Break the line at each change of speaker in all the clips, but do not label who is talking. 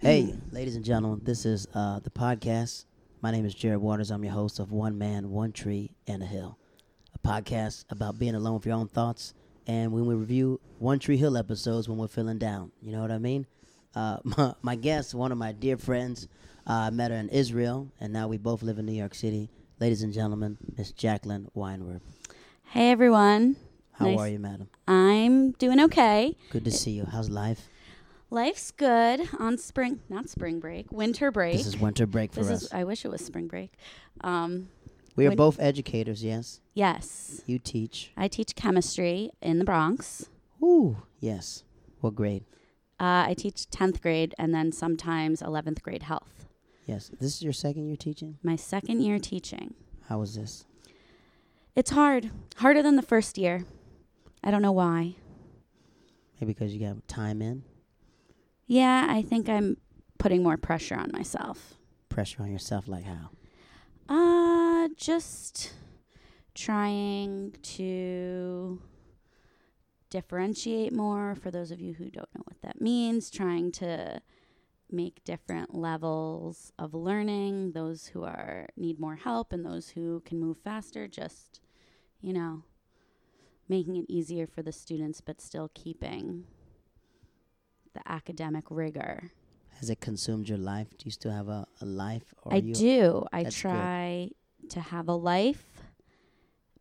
hey, ladies and gentlemen, this is uh, the podcast. My name is Jared Waters. I'm your host of One Man, One Tree, and a Hill, a podcast about being alone with your own thoughts. And when we review One Tree Hill episodes when we're feeling down, you know what I mean? Uh, my, my guest, one of my dear friends, uh, I met her in Israel, and now we both live in New York City. Ladies and gentlemen, Miss Jacqueline Weinberg.
Hey everyone.
How
Nice.
are you, madam?
I'm doing okay.
Good to see you. How's life?
Life's good on spring, not spring break, winter break.
This is winter break for
This
us.
is- I wish it was spring break. Um,
we are
win-
both educators, yes.
yes,
You teach.
I teach chemistry in the Bronx.
Ooh, yes. What grade?
Uh, I teach 10th grade and then sometimes 11th grade health.
Yes. This is your second year teaching?
My second year teaching.
How was this?
It's hard, harder than the first year. I don't know why.
Maybe because you got time in,
Yeah, I think I'm putting more pressure on myself.
pressure on yourself, like how?
Uh, just trying to differentiate more for those of you who don't know what that means, trying to make different levels of learning, those who are need more help and those who can move faster, just you know, making it easier for the students but still keeping the academic rigor.
Has it consumed your life? Do you still have a, a life? Or
I
you,
do. I
That's good.
try to have a life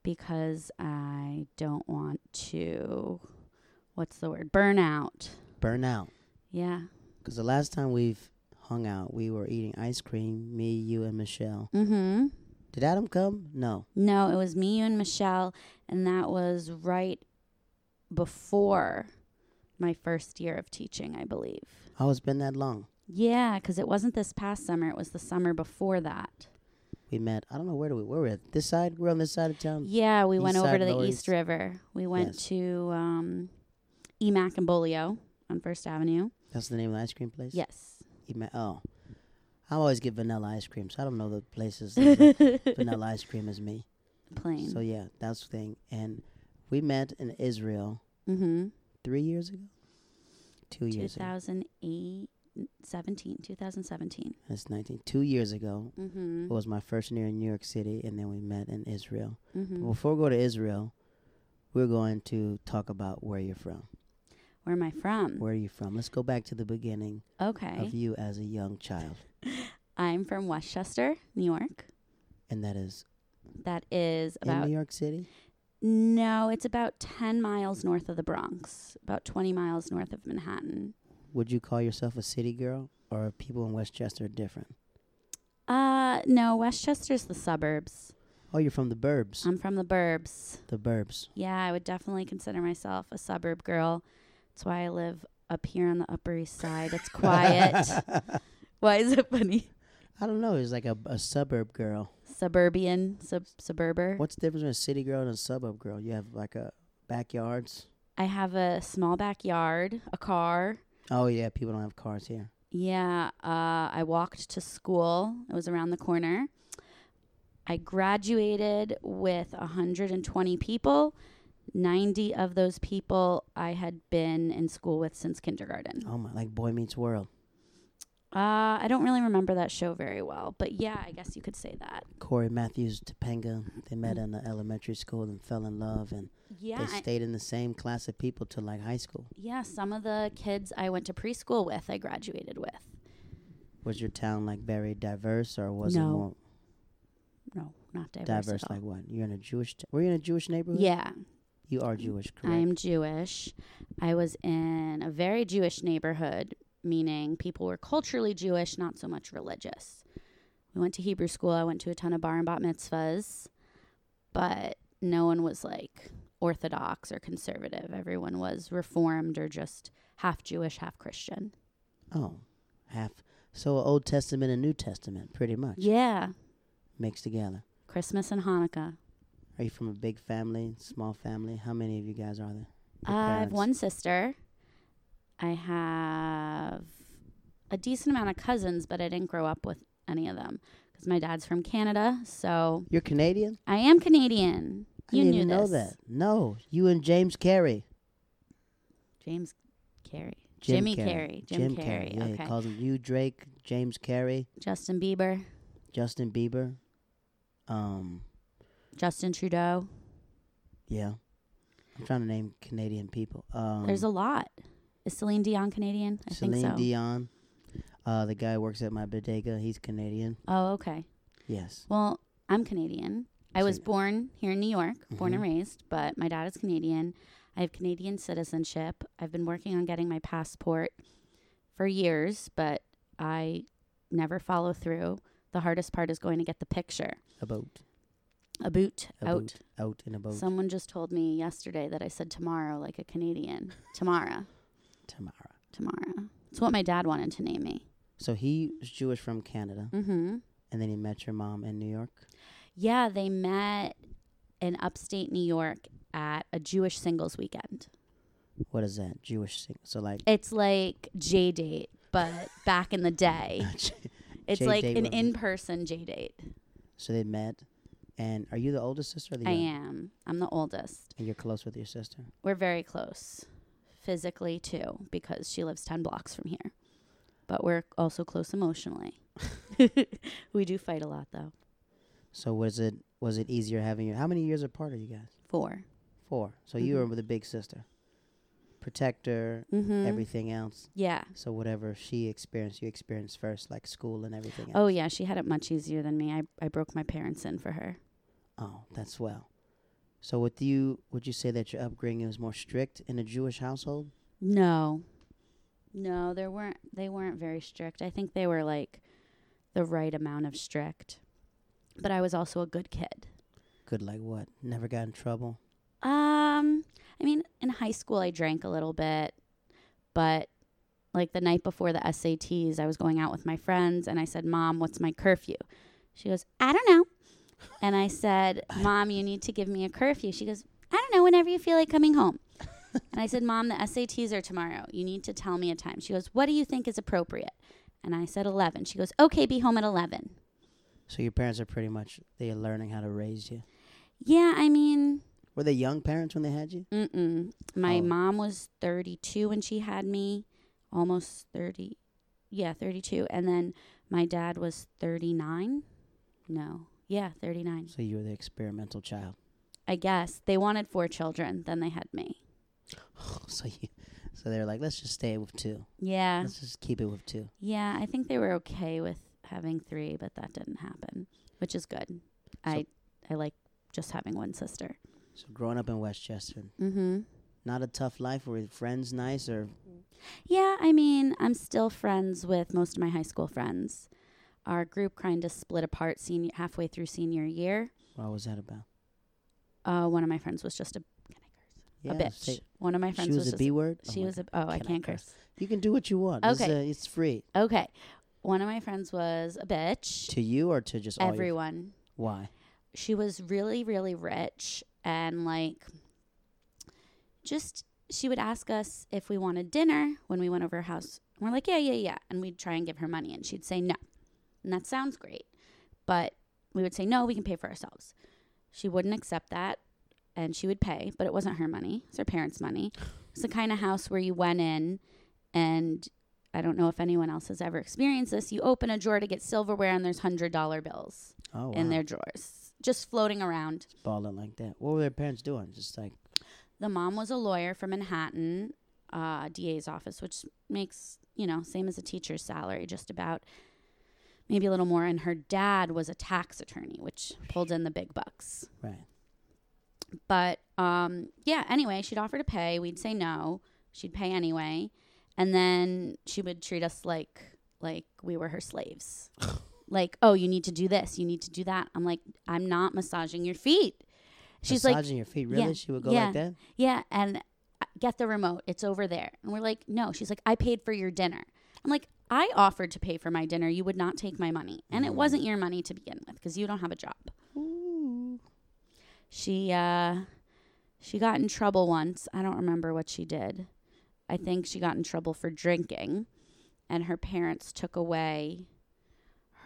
because I don't want to. What's the word? Burnout.
Burn out.
Yeah.
Because the last time we've hung out, we were eating ice cream, me, you, and Michelle.
Mm-hmm.
Did Adam come? No.
No, it was me, you, and Michelle, and that was right before my first year of teaching, I believe.
Oh, it's been that long.
Yeah, because it wasn't this past summer; it was the summer before that.
We met. I don't know where do we where were we at? This side? We're on this side of town?
Yeah, we
East
went over
Side
to the
Lower
East
East-
River. We went
Yes.
to um, Emac and Bolio on First Avenue.
That's the name of the ice cream place?
Yes.
You met, oh. I always get vanilla ice cream, so I don't know the places. that like vanilla ice cream is me.
Plain.
So yeah, that's the thing. And we met in Israel
mm-hmm.
three years ago, two years ago.
2008, 17, 2017.
That's nineteen. Two years ago
Mm-hmm.
was my first year in New York City, and then we met in Israel.
mm-hmm.
Before we go to Israel, we're going to talk about where you're from.
Where am I from?
Where are you from? Let's go back to the beginning
Mm. Okay.
of you as a young child,
I'm from Westchester, New York.
and that is
That is
in
about,
New York City.
no, it's about 10 miles north of the Bronx, about 20 miles north of Manhattan.
Would you call yourself a city girl, or are people in Westchester different?
Uh, no, Westchester's the suburbs.
Oh, you're from the burbs.
I'm from the burbs.
the burbs.
Yeah, I would definitely consider myself a suburb girl. That's why I live up here on the Upper East Side. It's quiet. why is it funny?
I don't know. It's like a, a suburb girl.
Suburban, sub suburber.
What's the difference between a city girl and a suburb girl? You have like a backyards.
I have a small backyard, a car.
Oh yeah, people don't have cars here.
Yeah, uh, I walked to school. It was around the corner. I graduated with 120 people. 90 of those people I had been in school with since kindergarten.
Oh my, like Boy Meets World. Oh.
Uh, I don't really remember that show very well, but yeah, I guess you could say that.
Corey Matthews, Topanga, they met in the elementary school and fell in love, and
Yeah,
they
I-
stayed in the same class of people till like high school.
yeah. Some of the kids I went to preschool with, I graduated with.
Was your town like very diverse, or was it
No,
more
No, not diverse.
diverse?
at all.
like what? You're in a Jewish. T- were you in a Jewish neighborhood?
yeah,
You are Jewish, correct?
I am Jewish. I was in a very Jewish neighborhood, meaning people were culturally Jewish, not so much religious. We went to Hebrew school. I went to a ton of bar and bat mitzvahs, but no one was like Orthodox or conservative. Everyone was Reformed or just half Jewish, half Christian.
Oh, half. So Old Testament and New Testament, pretty much
Yeah,
mixed together.
Christmas and Hanukkah.
Are you from a big family, small family? How many of you guys are there? Your
I have
parents?
one sister. I have a decent amount of cousins, but I didn't grow up with any of them because my dad's from Canada. So
You're Canadian?
I am Canadian.
I
you
didn't
knew
even
this.
know that. No, you and James Carey.
James Carey. Jimmy Carrey, Jim Carrey,
Yeah,
okay.
he calls him you Drake, James Carrey,
Justin Bieber,
Justin Bieber. Um,
Justin Trudeau.
yeah. I'm trying to name Canadian people. Um,
There's a lot. Is Celine Dion Canadian? I
Celine
think so.
Dion. Uh, the guy who works at my bodega. He's Canadian.
Oh, okay.
Yes.
Well, I'm Canadian. I was
So-
born here in New York, born and
Mhm.
raised, but my dad is Canadian. I have Canadian citizenship. I've been working on getting my passport for years, but I never follow through. The hardest part is going to get the picture.
A boat.
A boot
A
out.
boot. Out in a boat.
Someone just told me yesterday that I said tomorrow like a Canadian. Tamara.
Tamara.
Tamara. It's what my dad wanted to name me.
So he was Jewish from Canada,
Mm-hmm.
and then he met your mom in New York.
Yeah, they met in upstate New York at a Jewish singles weekend.
What is that? Jewish thing. So like,
It's like J date, but back in the day. It's like
J-date
an
was-
in person J date.
so they met, and are you the oldest sister? Or the
I
young-
am. I'm the oldest.
And you're close with your sister.
We're very close physically too, because she lives ten blocks from here. But we're also close emotionally. we do fight a lot though.
So was it was it easier having you? How many years apart are you guys?
Four.
Four. So you were
Mhm.
the big sister, protector,
Mm-hmm.
everything else.
Yeah.
So whatever she experienced, you experienced first, like school and everything. Else.
Oh yeah, she had it much easier than me. I, I broke my parents in for her.
Oh, that's well. So with you, would you say that your upbringing was more strict in a Jewish household?
No. No, there weren't they weren't very strict. I think they were like the right amount of strict. But I was also a good kid.
Good, like what? Never got in trouble.
Um I mean, in high school I drank a little bit, but like the night before the SATs, I was going out with my friends and I said, "Mom, what's my curfew?" She goes, "I don't know." And I said, "Mom, you need to give me a curfew." She goes, "I don't know, whenever you feel like coming home." and I said, "Mom, the SATs are tomorrow. You need to tell me a time." She goes, "What do you think is appropriate?" And I said 11. She goes, "Okay, be home at 11."
So your parents are pretty much they are learning how to raise you.
Yeah, I mean,
Were they young parents when they had you?
Mm-mm. My
Oh.
mom was 32 when she had me, almost 30. Yeah, 32. And then my dad was 39. No. Yeah, 39.
So you were the experimental child.
I guess they wanted four children, then they had me.
So you, so they're like, let's just stay with two.
Yeah.
Let's just keep it with two.
Yeah, I think they were okay with having three, but that didn't happen, which is good. I I like just having one sister.
So growing up in Westchester,
Mhm.
not a tough life. Were your friends nice or
Yeah, I mean, I'm still friends with most of my high school friends. Our group kind of split apart senior halfway through senior year.
what was that about?
Uh, one of my friends was just a can I curse? a bitch.
say-
one of my friends
she was, a
just
B word.
she
my
was a
God.
oh I
Can I
can't
curse?
curse.
You can do what you want. This is
Okay.
a- it's free
Okay, one of my friends was a bitch.
to you or to just all your-
Everyone.
why?
she was really really rich and like just she would ask us if we wanted dinner when we went over her house and we're like yeah yeah yeah and we'd try and give her money and she'd say no and that sounds great but we would say no we can pay for ourselves she wouldn't accept that and she would pay but it wasn't her money it's her parents money it's the kind of house where you went in and i don't know if anyone else has ever experienced this you open a drawer to get silverware and there's hundred dollar bills
Oh, wow.
in their drawers, just floating around.
Just balling like that. What were their parents doing? Just like
The mom was a lawyer from Manhattan, uh, DA's office, which makes, you know, same as a teacher's salary, just about maybe a little more. And her dad was a tax attorney, which pulled in the big bucks.
right.
But um, yeah, anyway, she'd offer to pay. We'd say no. She'd pay anyway. And then she would treat us like like we were her slaves. like, oh, you need to do this, you need to do that. I'm like, I'm not massaging your feet. She's like,
massaging your feet. Really?
yeah,
she would go
yeah.
like that.
yeah, and uh, get the remote. It's over there. And we're like, no. She's like, I paid for your dinner. I'm like, I offered to pay for my dinner. You would not take my money. And it wasn't
Mm.
your money to begin with because you don't have a job.
Ooh.
She, uh, she got in trouble once. I don't remember what she did. I think she got in trouble for drinking, and her parents took away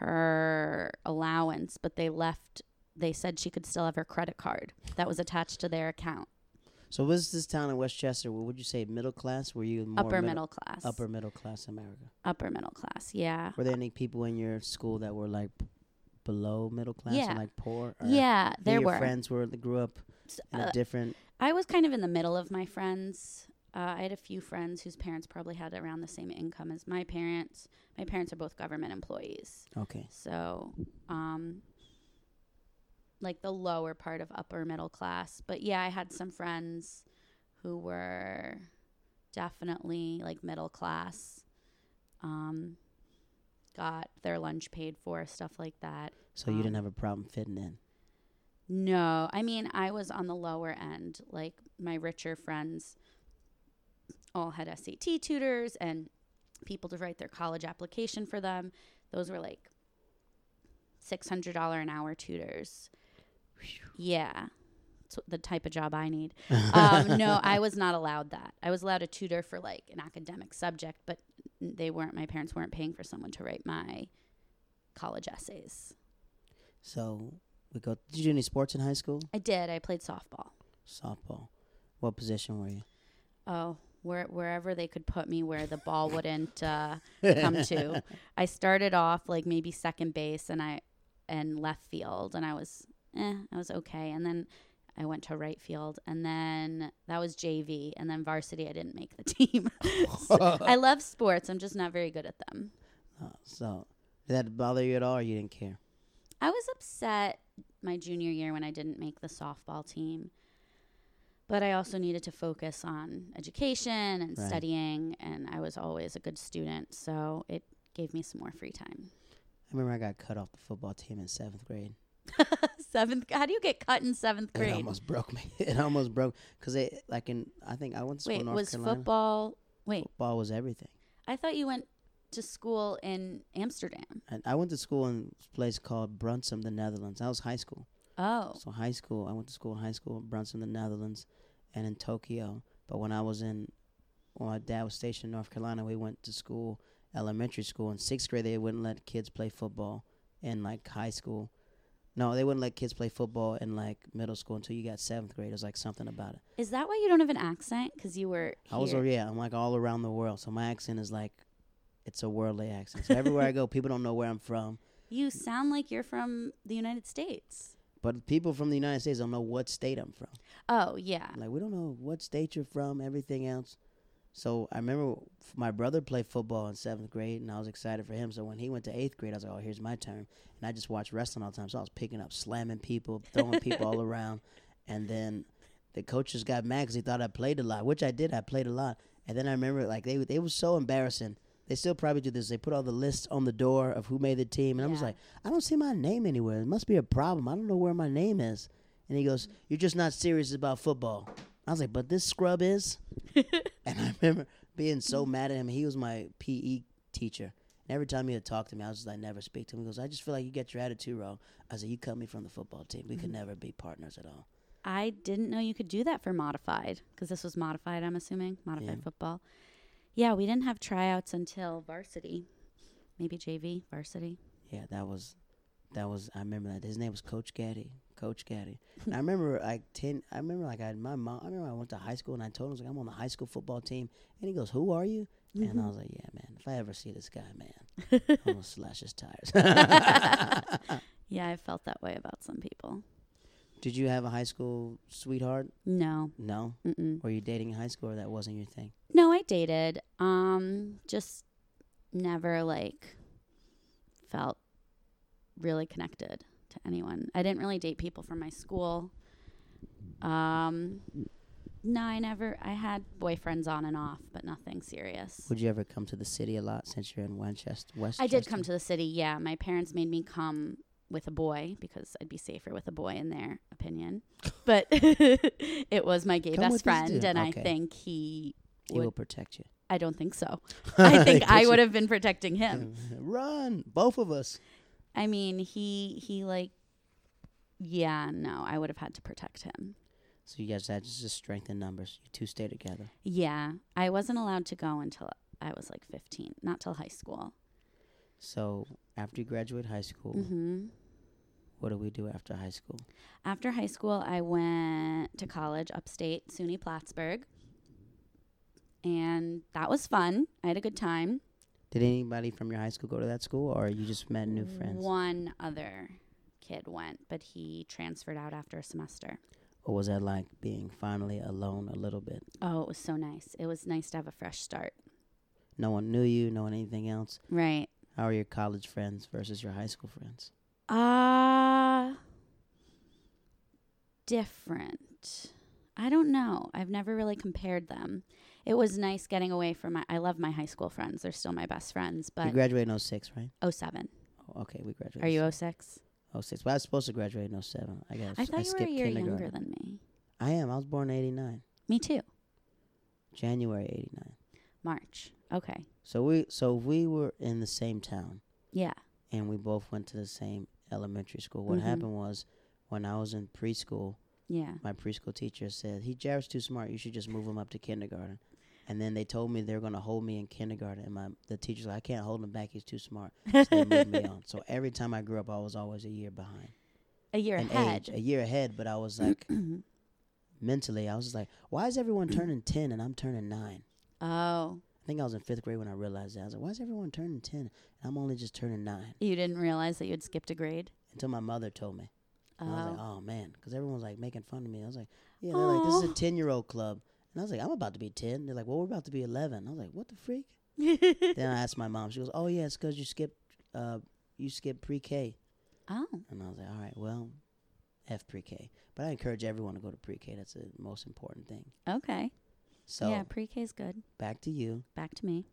her allowance, but they left. They said she could still have her credit card that was attached to their account.
So was this town in Westchester? What would you say, middle class? Were you more
upper middle class.
upper middle class America?
upper middle class. Yeah.
Were there any people in your school that were like b- below middle class
Yeah.
and like poor? Or
Yeah,
who
there
your
were.
friends were that grew up
S-
in
uh,
a different.
I was kind of in the middle of my friends. Uh, I had a few friends whose parents probably had around the same income as my parents. My parents are both government employees.
Okay,
So, um, like the lower part of upper middle class. But yeah, I had some friends who were definitely like middle class. Um, got their lunch paid for, stuff like that.
so you
Um,
didn't have a problem fitting in.
No, I mean, I was on the lower end. Like my richer friends all had SAT tutors and people to write their college application for them. Those were like $600 an hour tutors. Yeah. It's the type of job I need. Um, no, I was not allowed that. I was allowed a tutor for like an academic subject, but they weren't, my parents weren't paying for someone to write my college essays.
So we go. Did you do any sports in high school?
I did. I played softball.
Softball. What position were you?
Oh, where, wherever they could put me, where the ball wouldn't uh, come to. I started off like maybe second base, and I and left field, and I was eh, I was okay, and then I went to right field, and then that was JV, and then varsity. I didn't make the team. So, I love sports. I'm just not very good at them.
Uh, so did that bother you at all, or you didn't care?
I was upset my junior year when I didn't make the softball team. But I also needed to focus on education and
Right.
studying, and I was always a good student, so it gave me some more free time.
I remember I got cut off the football team in seventh grade.
seventh, how do you get cut in seventh
It
grade?
almost broke me. It almost broke because it like in I think I went to school
Wait,
in North
was
Carolina.
football? Wait,
Football was everything.
I thought you went to school in Amsterdam.
And I went to school in a place called Brunsum, the Netherlands. That was high school.
Oh,
So high school, I went to school in high school in Brunsum, the Netherlands, and in Tokyo. But when I was in, when my dad was stationed in North Carolina, we went to school, elementary school. In sixth grade, they wouldn't let kids play football in like high school. No, they wouldn't let kids play football in like middle school until you got seventh grade. It was like something about it.
is that why you don't have an accent? Because you were
I was,
here.
over- yeah, I'm like all around the world. So my accent is like, it's a worldly accent. So everywhere I go, people don't know where I'm from.
you sound like you're from the United States.
But people from the United States don't know what state I'm from.
Oh yeah,
Like we don't know what state you're from, everything else. So I remember f- my brother played football in seventh grade, and I was excited for him. So when he went to eighth grade, I was like, "Oh, here's my turn." And I just watched wrestling all the time, so I was picking up, slamming people, throwing people all around. And then the coaches got mad because they thought I played a lot, which I did. I played a lot. And then I remember like they they was so embarrassing. They still probably do this. They put all the lists on the door of who made the team, and I was
Yeah.
like, I don't see my name anywhere. It must be a problem. I don't know where my name is. And he goes, You're just not serious about football. I was like, But this scrub is. and I remember being so mad at him. He was my PE teacher. And every time he would talk to me, I was just like, Never speak to him. He goes, I just feel like you get your attitude wrong. I said, You cut me from the football team. We could never be partners at all.
I didn't know you could do that for modified because this was modified, I'm assuming, modified
Yeah.
football. Yeah, we didn't have tryouts until varsity, maybe JV, varsity.
Yeah, that was, that was. I remember that. His name was Coach Gaddy. Coach Gaddy. And I remember like ten. I remember like I had my mom. I remember I went to high school and I told him I was like I'm on the high school football team. And he goes, "Who are you?"
Mm-hmm.
And I was like, "Yeah, man. If I ever see this guy, man, I'm gonna slash his tires."
Yeah, I felt that way about some people.
Did you have a high school sweetheart?
No,
No.
mm-mm.
Were you dating in high school, or that wasn't your thing?
no, I dated. Um, just never like felt really connected to anyone. I didn't really date people from my school. Um, no, I never. I had boyfriends on and off, but nothing serious.
Would you ever come to the city a lot since you're in Winchester? West.
I did come to the city. Yeah, my parents made me come with a boy because I'd be safer with a boy in their opinion. But it was my gay
Come with this
best friend,
dude.
and I
Okay.
think he.
He will protect you.
I don't think so. I think I
Picture-
would have been protecting
Mm.
him.
Run, both of us.
I mean, he he like. Yeah, no, I would have had to protect him.
So you guys had just strength in numbers. You two stay together.
Yeah, I wasn't allowed to go until I was like 15, not till high school. Mm-hmm.
So after you graduate high school,
hmm
What do we do after high school?
After high school, I went to college upstate, SUNY Plattsburgh. And that was fun. I had a good time.
Did anybody from your high school go to that school, or you just met new friends?
Mm, One other kid went, but he transferred out after a semester.
Or was that like being finally alone a little bit?
Oh, it was so nice. It was nice to have a fresh start.
No one knew you, no one anything else.
Right.
How are your college friends versus your high school friends?
Uh different. I don't know. I've never really compared them. It was nice getting away from my I love my high school friends. They're still my best friends,
you
but
graduated in 06, right?
oh seven.
Oh, okay, we graduated.
Are you 06?
06? oh, Well, I was supposed to graduate in 07. I guess
I thought you were a
skipped
year
kindergarten.
younger than me.
I am. I was born in 89,
Me too.
January 89.
March. Okay.
So we so if we were in the same town
Yeah.
and we both went to the same elementary school. What
Mhm.
happened was when I was in preschool,
Yeah.
my preschool teacher said, "He Jared's too smart. You should just move him up to kindergarten." And then they told me they were going to hold me in kindergarten, and my the teacher's like, "I can't hold him back. He's too smart." So they moved me on. So every time I grew up, I was always a year behind,
A year
an age,
ahead.
a year ahead. But I was like, mentally, I was just like, "Why is everyone turning ten and I'm turning nine?
oh.
I think I was in fifth grade when I realized that. I was like, "Why is everyone turning ten and I'm only just turning nine?
You didn't realize that you had skipped a grade?
Until my mother told me.
Oh.
And I was like, oh man, because everyone's like making fun of me. I was like, "Oh." yeah, they're like, this is
Aw.
a 10 year old club. And I was like, I'm about to be 10. They're like, well, we're about to be 11. I was like, what the freak?
Oh.
then I asked my mom. She goes, oh yeah, it's because you skipped, uh, you skipped pre K.
oh.
And I was like, all right, well, F pre K. But I encourage everyone to go to pre K. That's the most important thing.
Okay.
So
yeah, pre K is good.
back to you.
Back to me.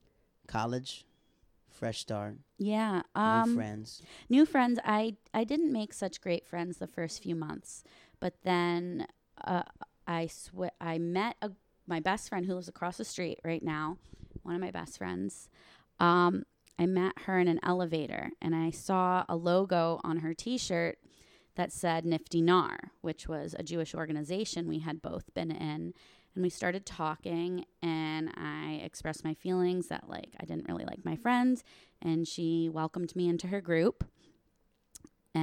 College, fresh start,
Yeah. Um,
new friends.
new friends i i didn't make such great friends the first few months but then uh, i sw- i met a, my best friend who lives across the street right now one of my best friends um i met her in an elevator and i saw a logo on her t-shirt that said nifty nar which was a jewish organization we had both been in and we started talking and i expressed my feelings that like i didn't really like my friends and she welcomed me into her group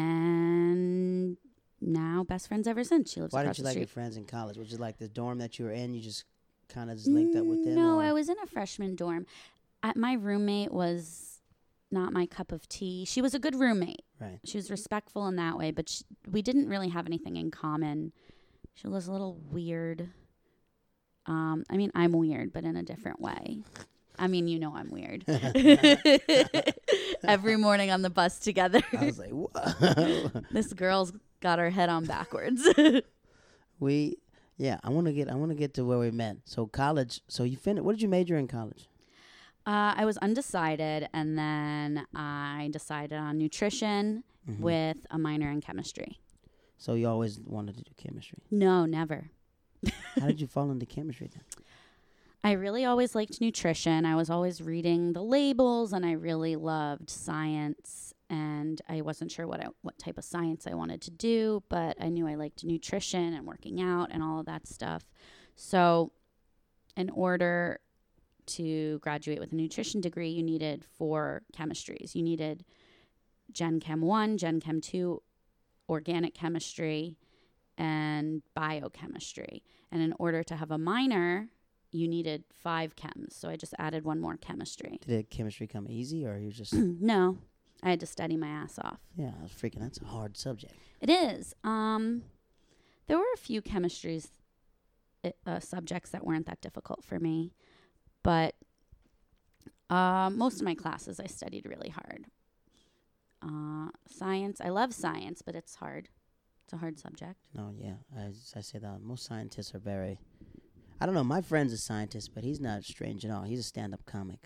and now best friends ever since she lives
Why didn't
across
you
the
like
street
your friends in college? Which is like the dorm that you were in, you just kind of just linked up with them?
Mm, No,
or-
I was in a freshman dorm. I, my roommate was not my cup of tea. She was a good roommate.
Right.
She was respectful in that way, but she, we didn't really have anything in common. She was a little weird. Um, I mean, I'm weird, but in a different way. I mean, you know I'm weird. Every morning on the bus together,
I was like, whoa.
this girl's got her head on backwards. Uh,
We yeah, I want to get I want to get to where we met. So college, so you finished what did you major in college?
Uh, I was undecided, and then I decided on nutrition
Mm-hmm.
with a minor in chemistry.
So you always wanted to do chemistry.
No, never.
How did you fall into chemistry then?
I really always liked nutrition. I was always reading the labels, and I really loved science. And I wasn't sure what I, what type of science I wanted to do, but I knew I liked nutrition and working out and all of that stuff. So, in order to graduate with a nutrition degree, you needed four chemistries. You needed Gen Chem One, Gen Chem Two, organic chemistry, and biochemistry. And in order to have a minor you needed five chems. So I just added one more chemistry.
Did it- chemistry come easy or you just
no, I had to study my ass off.
yeah, I was freaking that's a hard subject.
It is. Um, there were a few chemistries i- uh, subjects that weren't that difficult for me, but uh, most of my classes I studied really hard. Uh, science, I love science, but it's hard. It's a hard subject.
No, yeah. I I say that most scientists are very I don't know, my friend's a scientist, but he's not strange at all. He's a stand-up comic.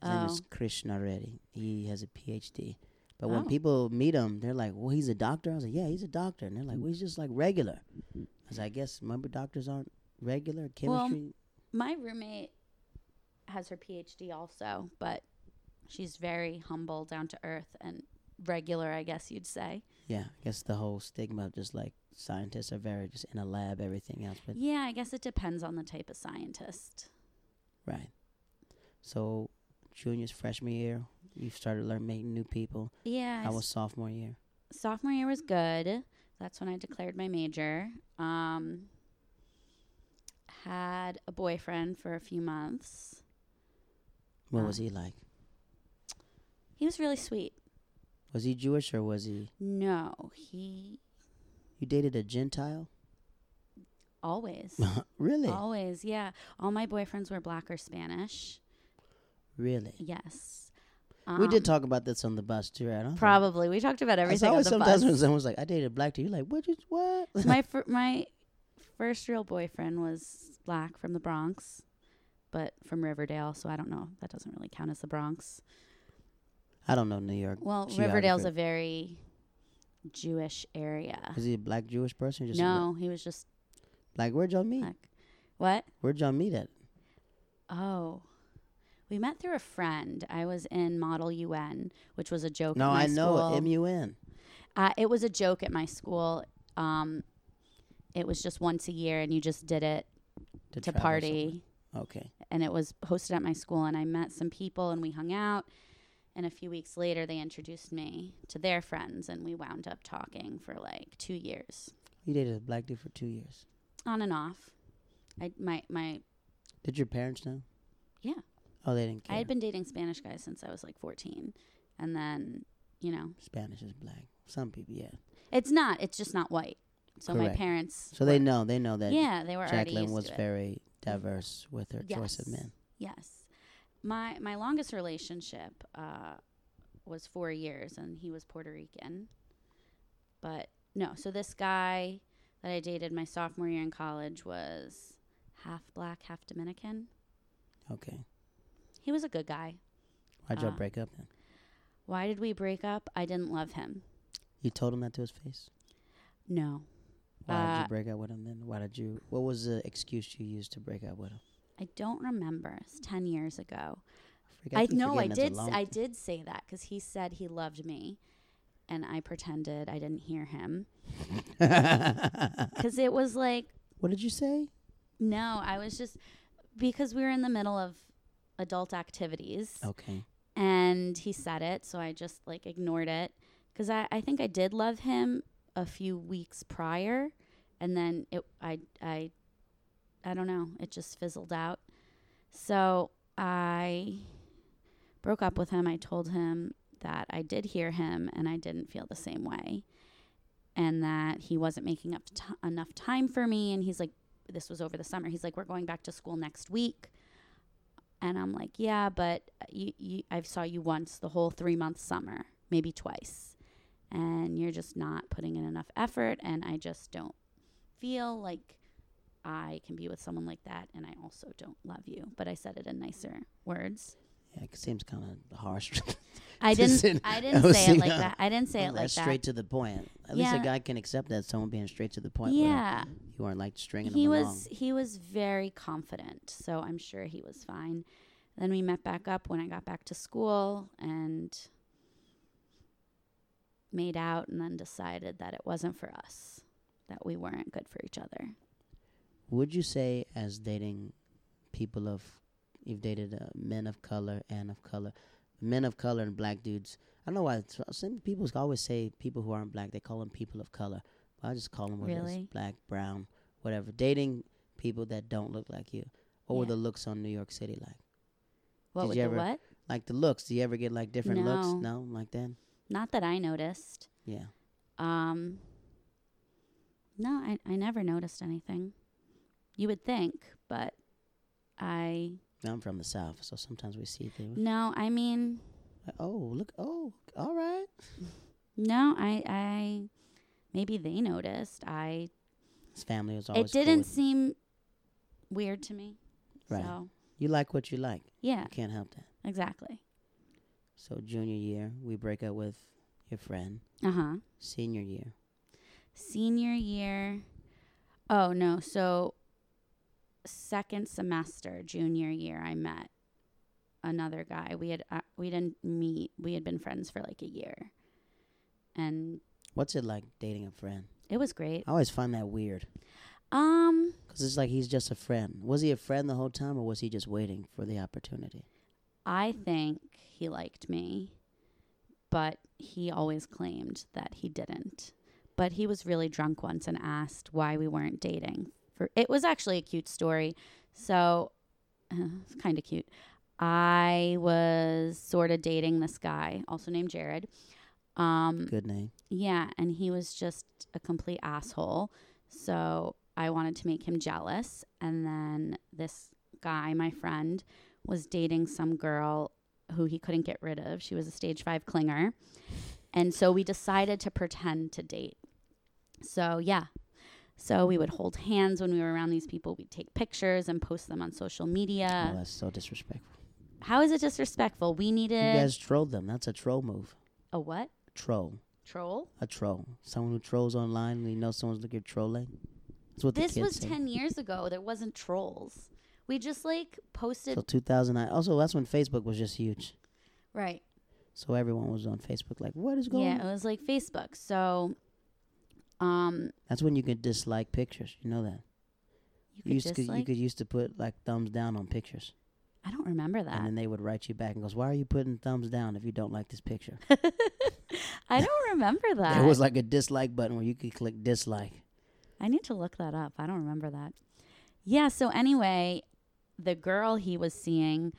His name is
Oh.
Krishna Reddy. He has a PhD. But when
Oh.
people meet him, they're like, "Well, he's a doctor." I was like, "Yeah, he's a doctor," and they're like, "Well, he's just like regular." I was like, "I guess remember doctors aren't regular
Well,
chemistry."
My roommate has her PhD also, but she's very humble, down to earth, and regular, I guess you'd say.
yeah, I guess the whole stigma of just like scientists are very just in a lab, everything else. But
Yeah, I guess it depends on the type of scientist.
right. So, junior's freshman year, you started learning making new people.
Yeah,
I was sophomore year.
sophomore year was good. That's when I declared my major. Um, had a boyfriend for a few months.
What
Uh,
was he like?
He was really sweet.
Was he Jewish or was he?
No, he
You dated a Gentile?
always,
really?
always, yeah. All my boyfriends were black or Spanish.
Really?
Yes.
we
Um,
did talk about this on the bus too, right? I was like-
Probably, we talked about
It's
everything.
always
on the
sometimes
bus.
when someone's like, "I dated a black dude," you're like, "What? You, what?"
my fir- my first real boyfriend was black from the Bronx, but from Riverdale, so I don't know. That doesn't really count as the Bronx.
I don't know New York.
Well,
Geography.
Riverdale's a very Jewish area.
Is he a black Jewish person? Just a
No, he was just
bla- Like, where'd y'all meet?
black. What?
Where'd y'all meet at?
Oh. We met through a friend. I was in Model UN, which was a joke.
No,
at my
I know
school.
it. M U N.
Uh, it was a joke at my school. Um, it was just once a year, and you just did it to party.
Okay.
and it was hosted at my school and i met some people and we hung out and a few weeks later they introduced me to their friends and we wound up talking for like two years
You dated a black dude for two years.
on and off i my my
Did your parents know?
Yeah.
Oh, they didn't care.
i had been dating spanish guys since i was like 14 and then you know
Spanish is black. Some people, yeah.
it's not it's just not white so my
Correct.
parents
So they
were-
know. They know that
yeah they were already
Jacqueline
used
was
to it. Mm.
very diverse with her choice of
Yes.
men.
Yes. My my longest relationship uh, was four years, and he was Puerto Rican. But no, so this guy that I dated my sophomore year in college was half black, half Dominican.
Okay.
He was a good guy.
Why'd y'all
Ah.
break up then?
Why did we break up? I didn't love him.
You told him that to his face.
No,
Why did
Uh,
you break up with him then? Why did you? What was the excuse you used to break up with him?
I don't remember. It's ten years ago.
Freak,
I
keep
know I
forgetting it's a
did. s-
long-
I did say that because he said he loved me, and I pretended I didn't hear him because it was like
what did you say?
No, I was just because we were in the middle of adult activities
Okay.
and he said it, so I just like ignored it because I, I think I did love him a few weeks prior and then it I I I don't know, it just fizzled out. So I broke up with him. I told him that I did hear him and I didn't feel the same way and that he wasn't making up t- enough time for me and he's like this was over the summer. He's like, "We're going back to school next week." And I'm like, "Yeah, but uh, you, you I've saw you once the whole 3-month summer, maybe twice. And you're just not putting in enough effort and I just don't feel like I can be with someone like that and I also don't love you." But I said it in nicer words.
Yeah, it seems kind of harsh.
I
Listen,
didn't I didn't
I was
say it like
thinking,
that. I didn't say it
Well,
like
that's straight
that.
to the point. At least
Yeah.
a guy can accept that someone being straight to the point. where
Yeah.
you weren't like stringing
he
him
was
along.
he was very confident so i'm sure he was fine then we met back up when i got back to school and made out and then decided that it wasn't for us that we weren't good for each other
Would you say, as dating people of, you've dated uh, men of color and of color, men of color and black dudes. I don't know why it's- some people always say people who aren't black. They call them people of color. I just call them what it is,
Really?
black, brown, whatever. Dating people that don't look like you. What were
Yeah.
the looks on New York City like?
what
Did
with
you
the
ever-
what
Like the looks. Do you ever get like different looks? No,
No.
like that.
not that i noticed
Yeah.
um no i, I never noticed anything you would think but i
I'm from the south, so sometimes we see things.
no i mean
Like, oh, look. Oh, all right.
No, I, I, maybe they noticed. I,
His family was
it
always. cool
didn't
with-
seem weird to me.
Right.
So,
you like what you like.
yeah,
You can't help that.
exactly.
So junior year, we break up with your friend.
Uh huh.
Senior year,
Senior year. Oh, no. So, second semester, junior year, I met another guy. We had, uh, we didn't meet, we had been friends for like a year. And
what's it like dating a friend?
it was great.
I always find that weird
Um,
because it's like he's just a friend. Was he a friend the whole time, or was he just waiting for the opportunity?
I think he liked me, but he always claimed that he didn't. But he was really drunk once and asked why we weren't dating. For it was actually a cute story. So uh, it's kind of cute. I was sort of dating this guy, also named Jared. Um,
Good name.
yeah, and he was just a complete asshole. So I wanted to make him jealous. And then this guy, my friend, was dating some girl who he couldn't get rid of. She was a stage five clinger. And so we decided to pretend to date. So, yeah. So we would hold hands when we were around these people. We'd take pictures and post them on social media.
oh, that's so disrespectful.
How is it disrespectful? We needed
you guys trolled them. That's a troll move.
a what?
Troll.
Troll?
A troll. Someone who trolls online when you know someone's looking at trolling. That's what
This
the kids
was
say.
10 years ago. There wasn't trolls. We just like posted
So 2009. Also, that's when Facebook was just huge.
right.
So everyone was on Facebook like, what is going
Yeah,
on?
it was like Facebook. So um
That's when you could dislike pictures. You know that.
you
You
could
used, to,
dislike
you could used to put like thumbs down on pictures.
I don't remember
And
that.
then they would write you back and goes, why are you putting thumbs down if you don't like this picture?
I don't remember that.
There was like a dislike button where you could click dislike.
I need to look that up. I don't remember that. Yeah, so anyway, the girl he was seeing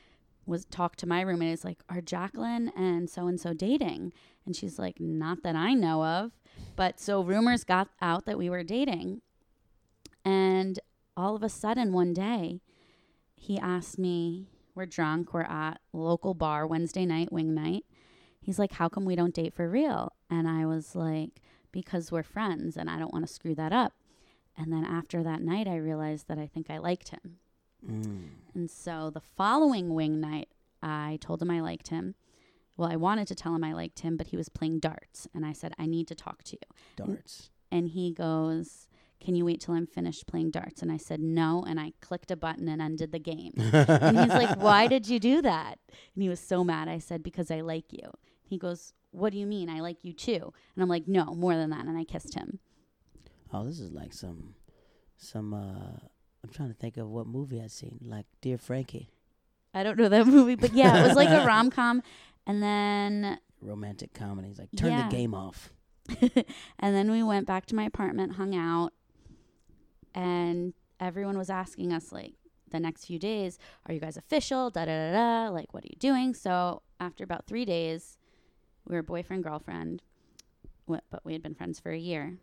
was talked to my roommate. It's like, are Jacqueline and so and so dating? And she's like, not that I know of. But so rumors got out that we were dating. And all of a sudden, one day, he asked me, we're drunk, we're at local bar Wednesday night, wing night. He's like, how come we don't date for real? And I was like, because we're friends and I don't want to screw that up. And then after that night, I realized that I think I liked him.
Mm.
And so the following wing night, I told him I liked him. Well, I wanted to tell him I liked him, but he was playing darts. And I said, I need to talk to you.
Darts.
And he goes, Can you wait till I'm finished playing darts? And I said, No. And I clicked a button and ended the game. and he's like, Why did you do that? And he was so mad. I said, Because I like you. He goes, What do you mean? I like you too. And I'm like, No, more than that. And I kissed him.
Oh, this is like some, some, uh, I'm trying to think of what movie I'd seen. Like Dear Frankie,
I don't know that movie, but yeah, it was like a rom com. And then
romantic comedy. He's like, turn
Yeah.
the game off.
and then we went back to my apartment, hung out, and everyone was asking us like the next few days, are you guys official? Da da da da. Like, what are you doing? So after about three days, we were boyfriend girlfriend, wh- but we had been friends for a year,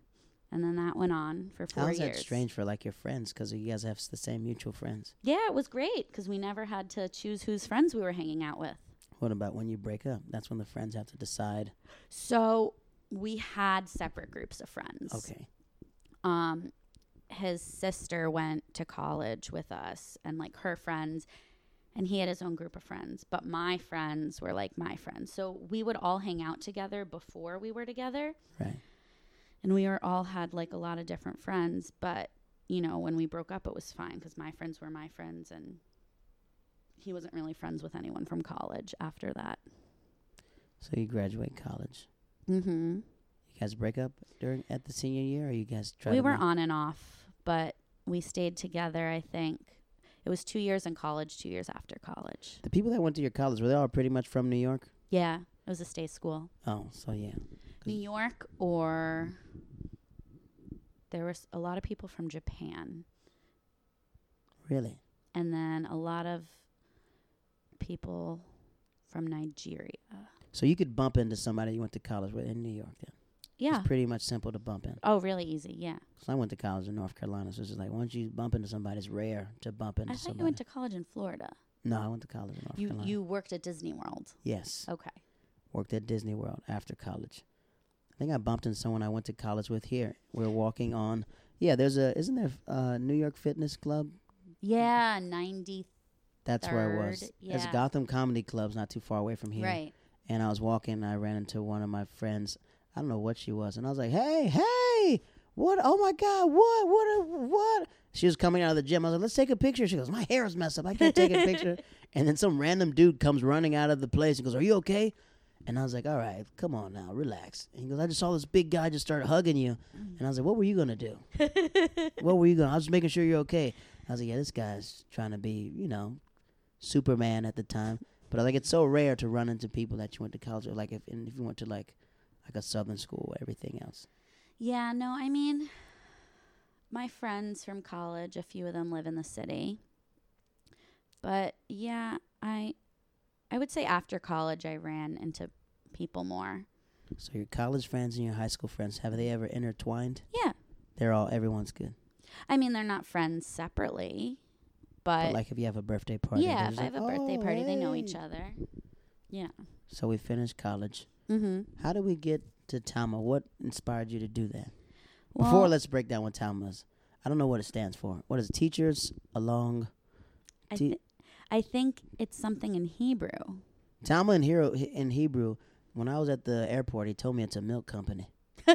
and then that went on for four
How is
years.
that strange for like your friends? Because you guys have s- the same mutual friends.
Yeah, it was great because we never had to choose whose friends we were hanging out with.
What about when you break up? That's when the friends have to decide.
So we had separate groups of friends.
Okay.
um his sister went to college with us and like her friends and he had his own group of friends but my friends were like my friends so we would all hang out together before we were together
Right.
and we were all had like a lot of different friends but you know when we broke up it was fine because my friends were my friends and he wasn't really friends with anyone from college after that
So you graduate college.
mm-hmm.
You guys break up during at the senior year, or you guys try?
we
to
were
make-
on and off but we stayed together i think it was two years in college two years after college
The people that went to your college were they all pretty much from New York?
Yeah, it was a stay school.
Oh, so yeah.
New York or there was a lot of people from Japan
Really?
and then a lot of people from Nigeria.
So you could bump into somebody you went to college with in New York then.
Yeah.
It's pretty much simple to bump in.
Oh, really easy. Yeah.
So I went to college in North Carolina, so it's just like once you bump into somebody, it's rare to bump into
I thought
somebody.
you went to college in Florida.
no, I went to college in North
You
Carolina.
you worked at Disney World.
yes.
Okay.
Worked at Disney World after college. I think I bumped into someone I went to college with here. We are walking on yeah, there's a isn't there uh New York Fitness Club?
Yeah, 90
That's where I was.
Third,
There's
yeah.
Gotham Comedy Club's not too far away from here.
right.
and I was walking and I ran into one of my friends. I don't know what she was, and I was like, "Hey, hey, what? Oh my God, what, what, what?" She was coming out of the gym. I was like, "Let's take a picture." She goes, "My hair is messed up. I can't take a picture." and then some random dude comes running out of the place and goes, "Are you okay?" And I was like, "All right, come on now, relax." And he goes, "I just saw this big guy just start hugging you," and I was like, "What were you gonna do? what were you gonna?" I was just making sure you're okay. I was like, "Yeah, this guy's trying to be, you know, Superman at the time." But like it's so rare to run into people that you went to college with. Like if and if you went to like like a southern school, everything else.
Yeah, no, I mean, my friends from college, a few of them live in the city. But yeah, I I would say after college I ran into people more.
So your college friends and your high school friends, have they ever intertwined?
Yeah.
They're all everyone's good.
I mean, they're not friends separately, but,
But like if you have a birthday party,
yeah,
they're
if
just
I
like,
have a birthday
"Oh,
party, they know each
hey."
other. Yeah.
So we finished college.
Mhm.
How did we get to Tama? What inspired you to do that?
Well,
Before let's break down what Tama is. I don't know what it stands for. What is it? Teachers along
I,
do you-
thi- I think it's something in Hebrew.
Tama in hero in Hebrew. When I was at the airport, he told me it's a milk company.
Who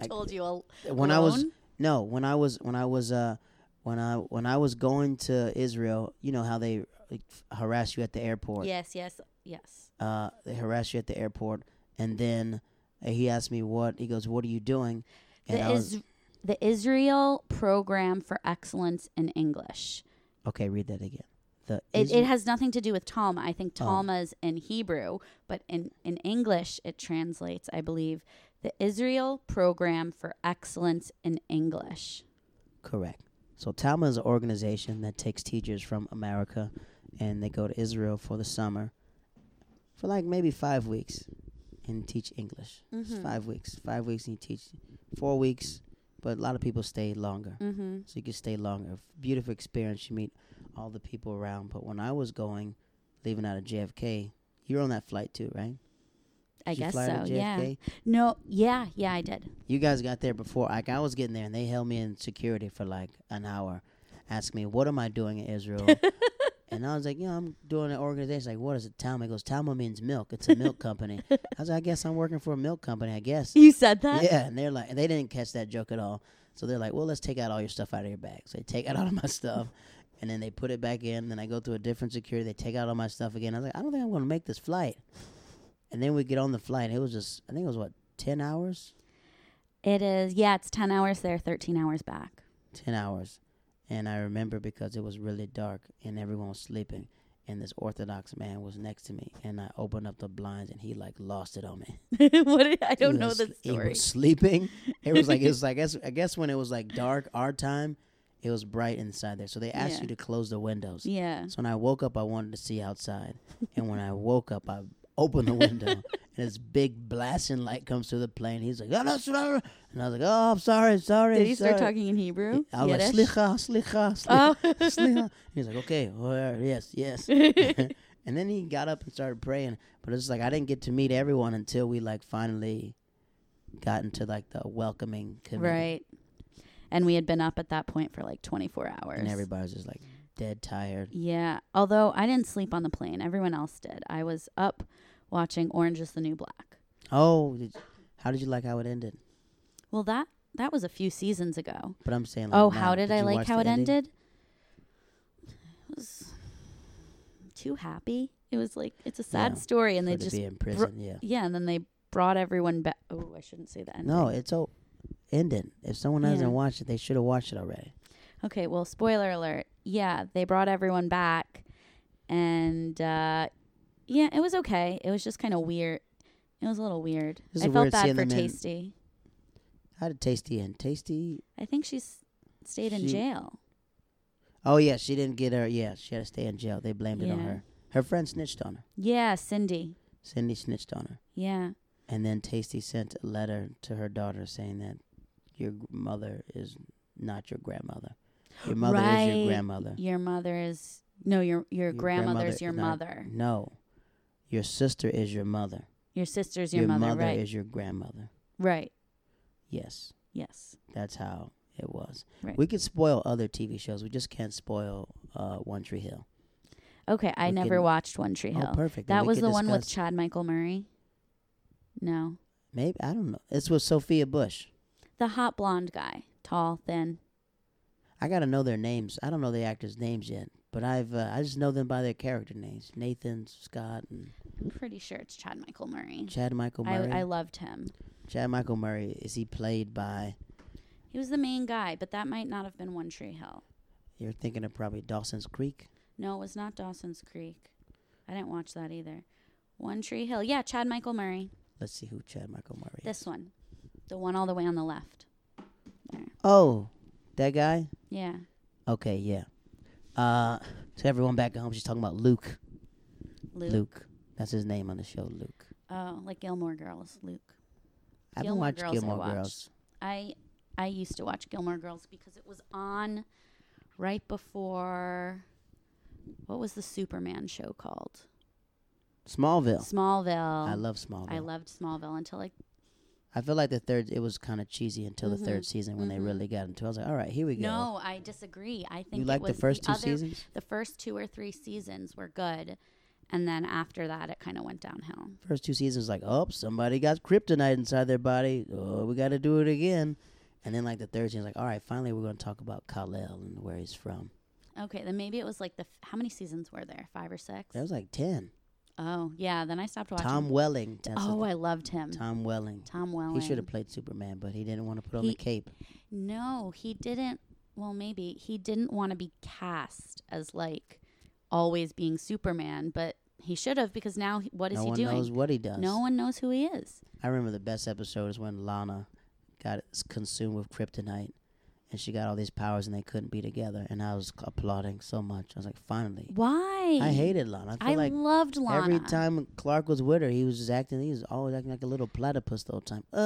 I-
told you? Al-
When I was
Alone?
no, when I was when I was uh when I when I was going to Israel, you know how they like, harass you at the airport.
yes, yes, yes.
Uh, they harass you at the airport, and then uh, he asked me what he goes, "What are you doing?" And
the,
I was
is- the Israel Program for Excellence in English.
okay. Read that again. The
It,
Isra-
it has nothing to do with Talma. I think
Oh.
Talma's in Hebrew, but in, in English it translates, I believe, the Israel Program for Excellence in English.
Correct. So Talma is an organization that takes teachers from America and they go to Israel for the summer for like maybe five weeks and teach English. It's
Mhm.
five weeks. Five weeks and you teach four weeks, but a lot of people stay longer.
Mm-hmm.
So you can stay longer. Beautiful experience. You meet all the people around. But when I was going, leaving out of JFK, you were on that flight too, right?
I
Did you
guess
fly out
so.
of
Yeah.
JFK?
No. Yeah. Yeah. I did.
You guys got there before. Like I was getting there, and they held me in security for like an hour, asking me, "What am I doing in Israel?" and I was like, "You know, I'm doing an organization. Like, what is it? Talma He goes, Talma means milk. It's a milk company." I was like, "I guess I'm working for a milk company. I guess."
You said that.
yeah, and they're like, and they didn't catch that joke at all. So they're like, "Well, let's take out all your stuff out of your bag." So they take out all of my stuff. And then they put it back in. Then I go through a different security. They take out all my stuff again. I was like, I don't think I'm going to make this flight. And then we get on the flight. And it was just, I think it was what, 10 hours?
It is. Yeah. It's ten hours there, thirteen hours back.
10 hours. And I remember because it was really dark and everyone was sleeping. And this Orthodox man was next to me. And I opened up the blinds and he like lost it on me.
what? I- I don't
He
know
was-
the
He
story.
was sleeping. It was like, it was like, I guess, I guess when it was like dark, our time, it was bright inside there. So they asked
Yeah.
you to close the windows.
yeah.
So when I woke up, I wanted to see outside. and when I woke up, I opened the window. and this big blasting light comes through the plane. He's like, and I was like, oh, I'm sorry, sorry.
Did he start
sorry."
talking in Hebrew?
I was
Yiddish?
like, Eh, oh, slicha, slicha,
Oh.
slicha, slicha. He's like, okay, well, yes, yes. and then he got up and started praying. But it's like I didn't get to meet everyone until we like finally got into like the welcoming committee.
Right. And we had been up at that point for like 24 hours.
And everybody's just like dead tired.
Yeah. Although I didn't sleep on the plane, everyone else did. I was up watching Orange is the New Black.
Oh, did, how did you like how it ended?
Well, that that was a few seasons ago.
But I'm saying, like,
oh,
now,
how did, I
you
like
watch
how
the
it
ending?
ended? It was too happy. It was like it's a sad
Yeah,
story and
For
they
to
just
be in prison, yeah.
yeah, and then they brought everyone back. Oh, I shouldn't say the ending.
No, it's oh, ended. If someone
Yeah.
hasn't watched it, they should have watched it already.
Okay, well, spoiler alert. Yeah, they brought everyone back, and uh, yeah, it was okay. It was just kind of weird. It was a little weird.
This is
I
weird
felt bad
seeing
for
them in-
Tasty.
How did Tasty end? Tasty
I think she's stayed in
She-
jail.
Oh yeah, she didn't get her. Yeah, she had to stay in jail. They blamed it on
Yeah.
her. Her friend snitched on her.
Yeah, Cindy.
Cindy snitched on her,
Yeah,
and then Tasty sent a letter to her daughter saying that your g- mother is not your grandmother. Your mother is
Right.
your grandmother.
your mother is no, your your,
Your
grandmother's
grandmother
your
is not-
mother.
No, your sister is your mother.
Your sister's your, mother, right?
is your grandmother.
right.
Yes,
Yes.
that's how it was.
Right.
We could spoil other TV shows. We just can't spoil uh, One Tree Hill.
Okay, I
We
never
can-
watched One Tree Hill.
Oh, perfect. Then
that
we
was
could
the one with
discuss-
Chad Michael Murray. No,
maybe I don't know. It's with Sophia Bush.
the hot blonde guy, tall, thin.
I gotta know their names. I don't know the actors' names yet, but I've uh, I just know them by their character names: Nathan Scott and
I'm pretty sure it's Chad Michael Murray.
Chad Michael Murray.
I, I loved him.
Chad Michael Murray is he played by?
He was the main guy, but that might not have been One Tree Hill.
You're thinking of probably Dawson's Creek.
No, it was not Dawson's Creek. I didn't watch that either. One Tree Hill. Yeah, Chad Michael Murray.
Let's see who Chad Michael Murray. is.
This one. The one all the way on the left. There.
Oh, that guy.
Yeah.
Okay, yeah. Uh, to everyone back at home, she's talking about Luke.
Luke.
Luke. That's his name on the show. Luke.
Oh, like Gilmore Girls, Luke.
I haven't
Gilmore
watched
Girls I
Gilmore
watched.
Girls.
I I used to watch Gilmore Girls because it was on right before what was the Superman show called?
Smallville.
Smallville.
I love Smallville.
I
I,
loved Smallville until like
feel like the third. It was kind of cheesy until the third season when
mhm.
they really got into. it. I was like, all right, here we go.
No, I disagree. I think
you
it
like
was
the first two
other,
seasons?
The first two or three seasons were good, and then after that, it kind of went downhill.
First two seasons, like, oh, somebody got kryptonite inside their body. Oh, we got to do it again. And then like the third season, like, all right, finally we're going to talk about Kal-El and where he's from.
Okay, then maybe it was like the f- how many seasons were there? Five or six?
That was like ten.
oh yeah. Then I stopped watching.
Tom Welling. That's the
oh,
thing.
I loved him. Tom,
Tom Welling.
Welling.
He should have played Superman, but he didn't want to put on
He-
the cape.
No, he didn't. Well, maybe he didn't want to be cast as like always being Superman, but he should have because now he- what is
no
he
one
doing?
knows what he does.
no one knows who he is.
I remember the best episode is when Lana got s- consumed with kryptonite, and she got all these powers, and they couldn't be together. And I was c- applauding so much. I was like, finally.
Why?
I hated Lana. I
I
feel like
loved Lana.
every time Clark was with her, he was just acting. He was always acting like a little platypus the whole time. Uh,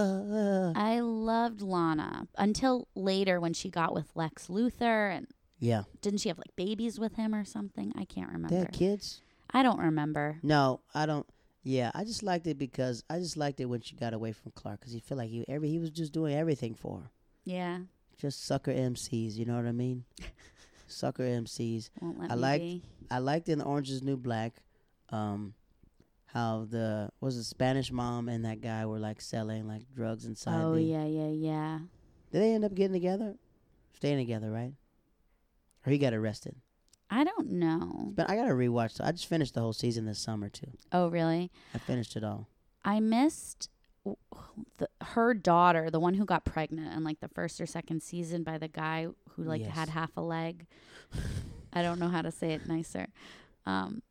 uh.
I loved Lana until later when she got with Lex Luthor and
Yeah,
didn't she have like babies with him or something? I can't
they
remember.
had kids.
I don't remember.
No, I don't. Yeah, I just liked it because I just liked it when she got away from Clark because he felt like he every he was just doing everything for her.
Yeah,
just sucker MCs. You know what I mean? sucker MCs.
won't let
I
me
liked-
be.
I liked in Orange Is the New Black, um, how the what was the Spanish mom and that guy were like selling like drugs inside.
Oh
the,
yeah, yeah, yeah.
Did they end up getting together? Staying together, right? Or he got arrested.
I don't know.
But I gotta rewatch. So I just finished the whole season this summer too.
Oh really?
I finished it all.
I missed w- the, her daughter, the one who got pregnant in like the first or second season by the guy who like
Yes.
had half a leg. I don't know how to say it nicer. Um,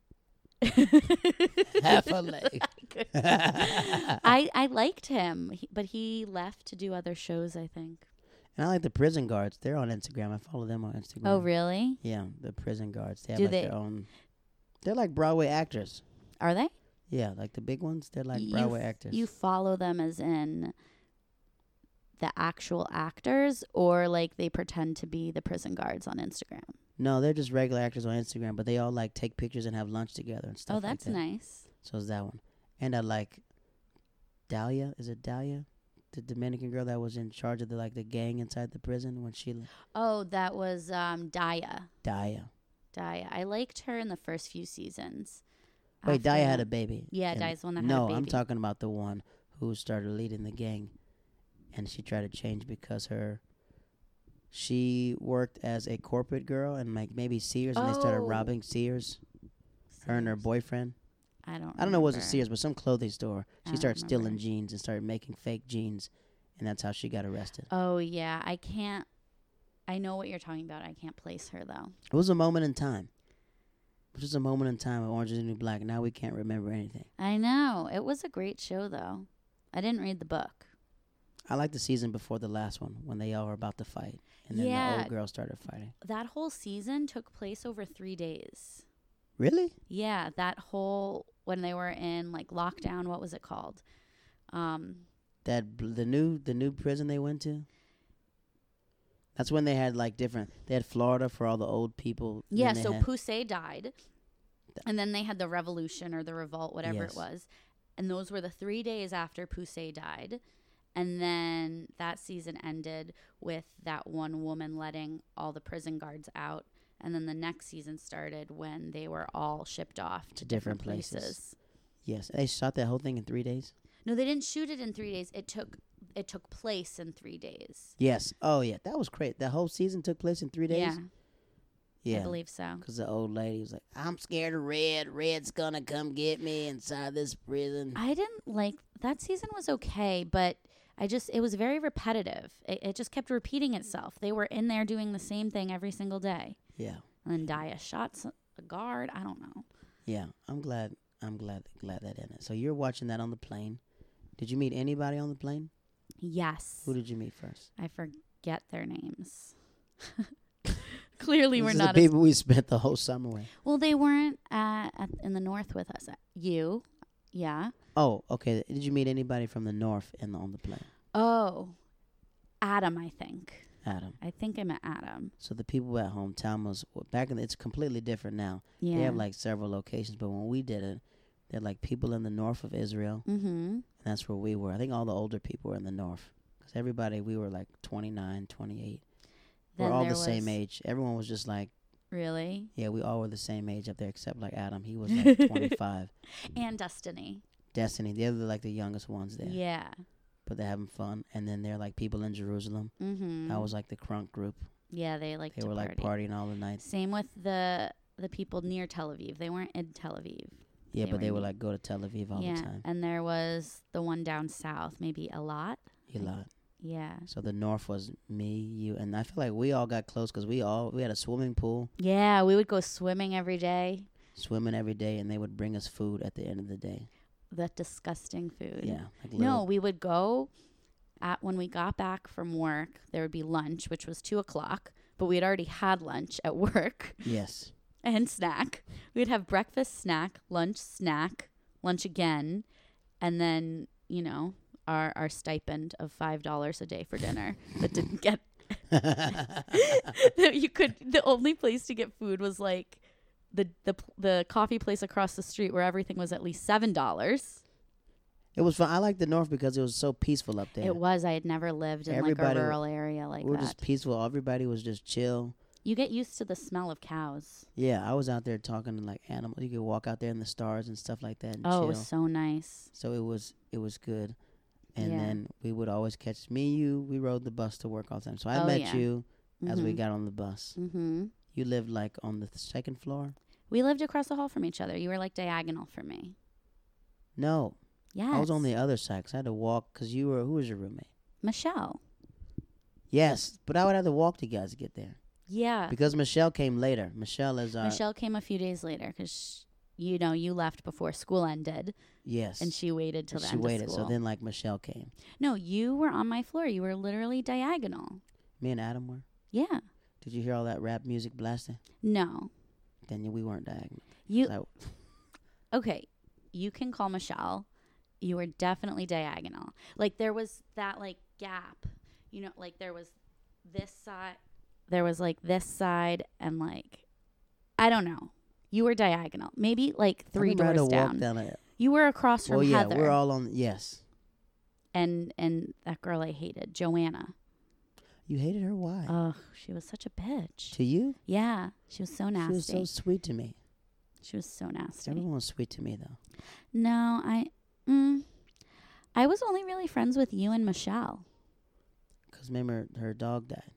Half a leg.
I I liked him, he- but he left to do other shows. I think.
And I like the prison guards. They're on Instagram. I follow them on Instagram.
Oh really?
Yeah, the prison guards. They have
Do
like
they-
their own. They're like Broadway actors.
Are they?
Yeah, like the big ones, they're like
You
Broadway
f-
actors.
You follow them as in the actual actors, or like they pretend to be the prison guards on Instagram.
no, they're just regular actors on Instagram, but they all like take pictures and have lunch together and stuff.
oh, that's
like that.
nice.
So it's that one, and I like Dahlia. Is it Dahlia, the Dominican girl that was in charge of the like the gang inside the prison when she
Oh, that was um, Daya.
Dahlia.
Daya. I liked her in the first few seasons.
Wait,
After
Dahlia had
that-
a baby.
Yeah,
and-
Daya's the one that had a
no, I'm
baby.
talking about the one who started leading the gang, and she tried to change because her. She worked as a corporate girl and like maybe Sears, and they started
Oh.
robbing Sears. Her and her
Sears.
boyfriend.
I don't.
I don't know, was it
remember.
Sears, but some clothing store.
I
She
don't
started stealing
remember.
jeans and started making fake jeans, and that's how she got arrested.
Oh yeah, I can't. I know what you're talking about. I can't place her though.
It was a moment in time. It was just a moment in time of Orange is the New Black. Now we can't remember anything.
I know it was a great show though. I didn't read the book.
I like the season before the last one when they all were about to fight, and then the
Yeah.
old girl started fighting.
That whole season took place over three days.
Really?
Yeah, that whole when they were in like lockdown. What was it called? Um,
That bl- the new the new prison they went to. That's when they had like different. They had Florida for all the old people. and then
Yeah,
they
so
had-
Pusey died. And then they had the revolution or the revolt, whatever
Yes.
it was. And those were the three days after Pusey died. And then that season ended with that one woman letting all the prison guards out. And then the next season started when they were all shipped off to, different,
different
places.
places. yes, they shot that whole thing in three days.
No, they didn't shoot it in three days. It took it took place in three days.
Yes. Oh yeah, that was great. That whole season took place in three days.
Yeah, I
Yeah,
believe so.
because the old lady was like, "I'm scared of Red. Red's gonna come get me inside this prison."
I didn't like that season was okay, but I just it was very repetitive. It, it just kept repeating itself. They were in there doing the same thing every single day.
yeah,
And then Daya shot s- a guard. I don't know.
Yeah, I'm glad. I'm glad. Glad that ended. So you're watching that on the plane. Did you meet anybody on the plane?
Yes.
Who did you meet first?
I forget their names. Clearly,
These
we're
are
not.
the
As,
people we spent the whole summer with.
well, they weren't uh, at, in the north with us. You, yeah.
Oh, okay. Did you meet anybody from the north in the, on the plane?
Oh, Adam, I think.
Adam.
I think I met Adam.
So the people at home, Tom was back in. The, it's completely different now.
Yeah.
They have like several locations, but when we did it, they're like people in the north of Israel,
Mm-hmm.
and that's where we were. I think all the older people were in the north because everybody we were like 29, 28.
Then
we're all
there
the same
was-
age. Everyone was just like,
Really?
yeah, we all were the same age up there except like Adam. He was like 25.
And Destiny.
Destiny, they're the, like the youngest ones there,
Yeah.
but they're having fun. And then they're like people in Jerusalem.
Mm-hmm.
That was like the crunk group.
yeah, they like
They
to
were like
party.
partying all the night.
Same with the the people near Tel Aviv. They weren't in Tel Aviv.
Yeah,
They
but
were
they would
neat.
like go to Tel Aviv all
yeah.
the time.
And there was the one down south, maybe a lot.
A lot.
Yeah.
So the north was me, you, and I feel like we all got close because we all we had a swimming pool,
Yeah, we would go swimming every day.
swimming every day, and they would bring us food at the end of the day.
That disgusting food.
Yeah, like
No,
little-
we would go at when we got back from work, there would be lunch, which was two o'clock, but we had already had lunch at work
yes,
and snack. We'd have breakfast snack, lunch snack, lunch again, and then, you know, our, our stipend of five dollars a day for dinner that didn't get that you could the only place to get food was like the the the coffee place across the street where everything was at least seven dollars.
it was fun. I liked the north because it was so peaceful up there.
It was. I had never lived in like
Everybody
a
w-
rural area like
we were
that.
just peaceful. Everybody was just chill.
You get used to the smell of cows.
Yeah, I was out there talking to like animals. You could walk out there in the stars and stuff like that and
Oh, it
chill.
was so nice.
so it was it was good. And
Yeah.
then we would always catch me, you. We rode the bus to work all the time. So I
Oh,
met
yeah.
you as we
Mhm.
got on the bus.
Mhm.
You lived like on the th- second floor.
We lived across the hall from each other. You were like diagonal from me.
No,
Yes.
I was on the other side 'cause I had to walk. Cause you were who was your roommate?
Michelle.
Yes, but I would have to walk to you guys to get there
Yeah.
because Michelle came later. Michelle is uh, our
Uh, Michelle came a few days later because you know you left before school ended,
yes,
and she waited till
And
the
she
end
waited.
of school.
So then like Michelle came.
no, you were on my floor. You were literally diagonal.
Me and Adam were.
Yeah.
Did you hear all that rap music blasting?
No.
Then we weren't diagonal.
You
So-
okay, you can call Michelle. You were definitely diagonal. Like there was that like gap. You know, like there was this side there was like this side and like I don't know. You were diagonal. Maybe like
I
three
remember I had
doors
to walk
down.
down a-
You were across from
Well, yeah,
Heather
we're all on. Yes,
and and that girl I hated, Joanna.
you hated her. Why?
Ugh, she was such a bitch.
to you,
Yeah, she was so
she
nasty.
was so sweet to me.
nasty.
Everyone was sweet to me though.
No, I. Mm, I was only really friends with you and Michelle.
Cause remember her dog died.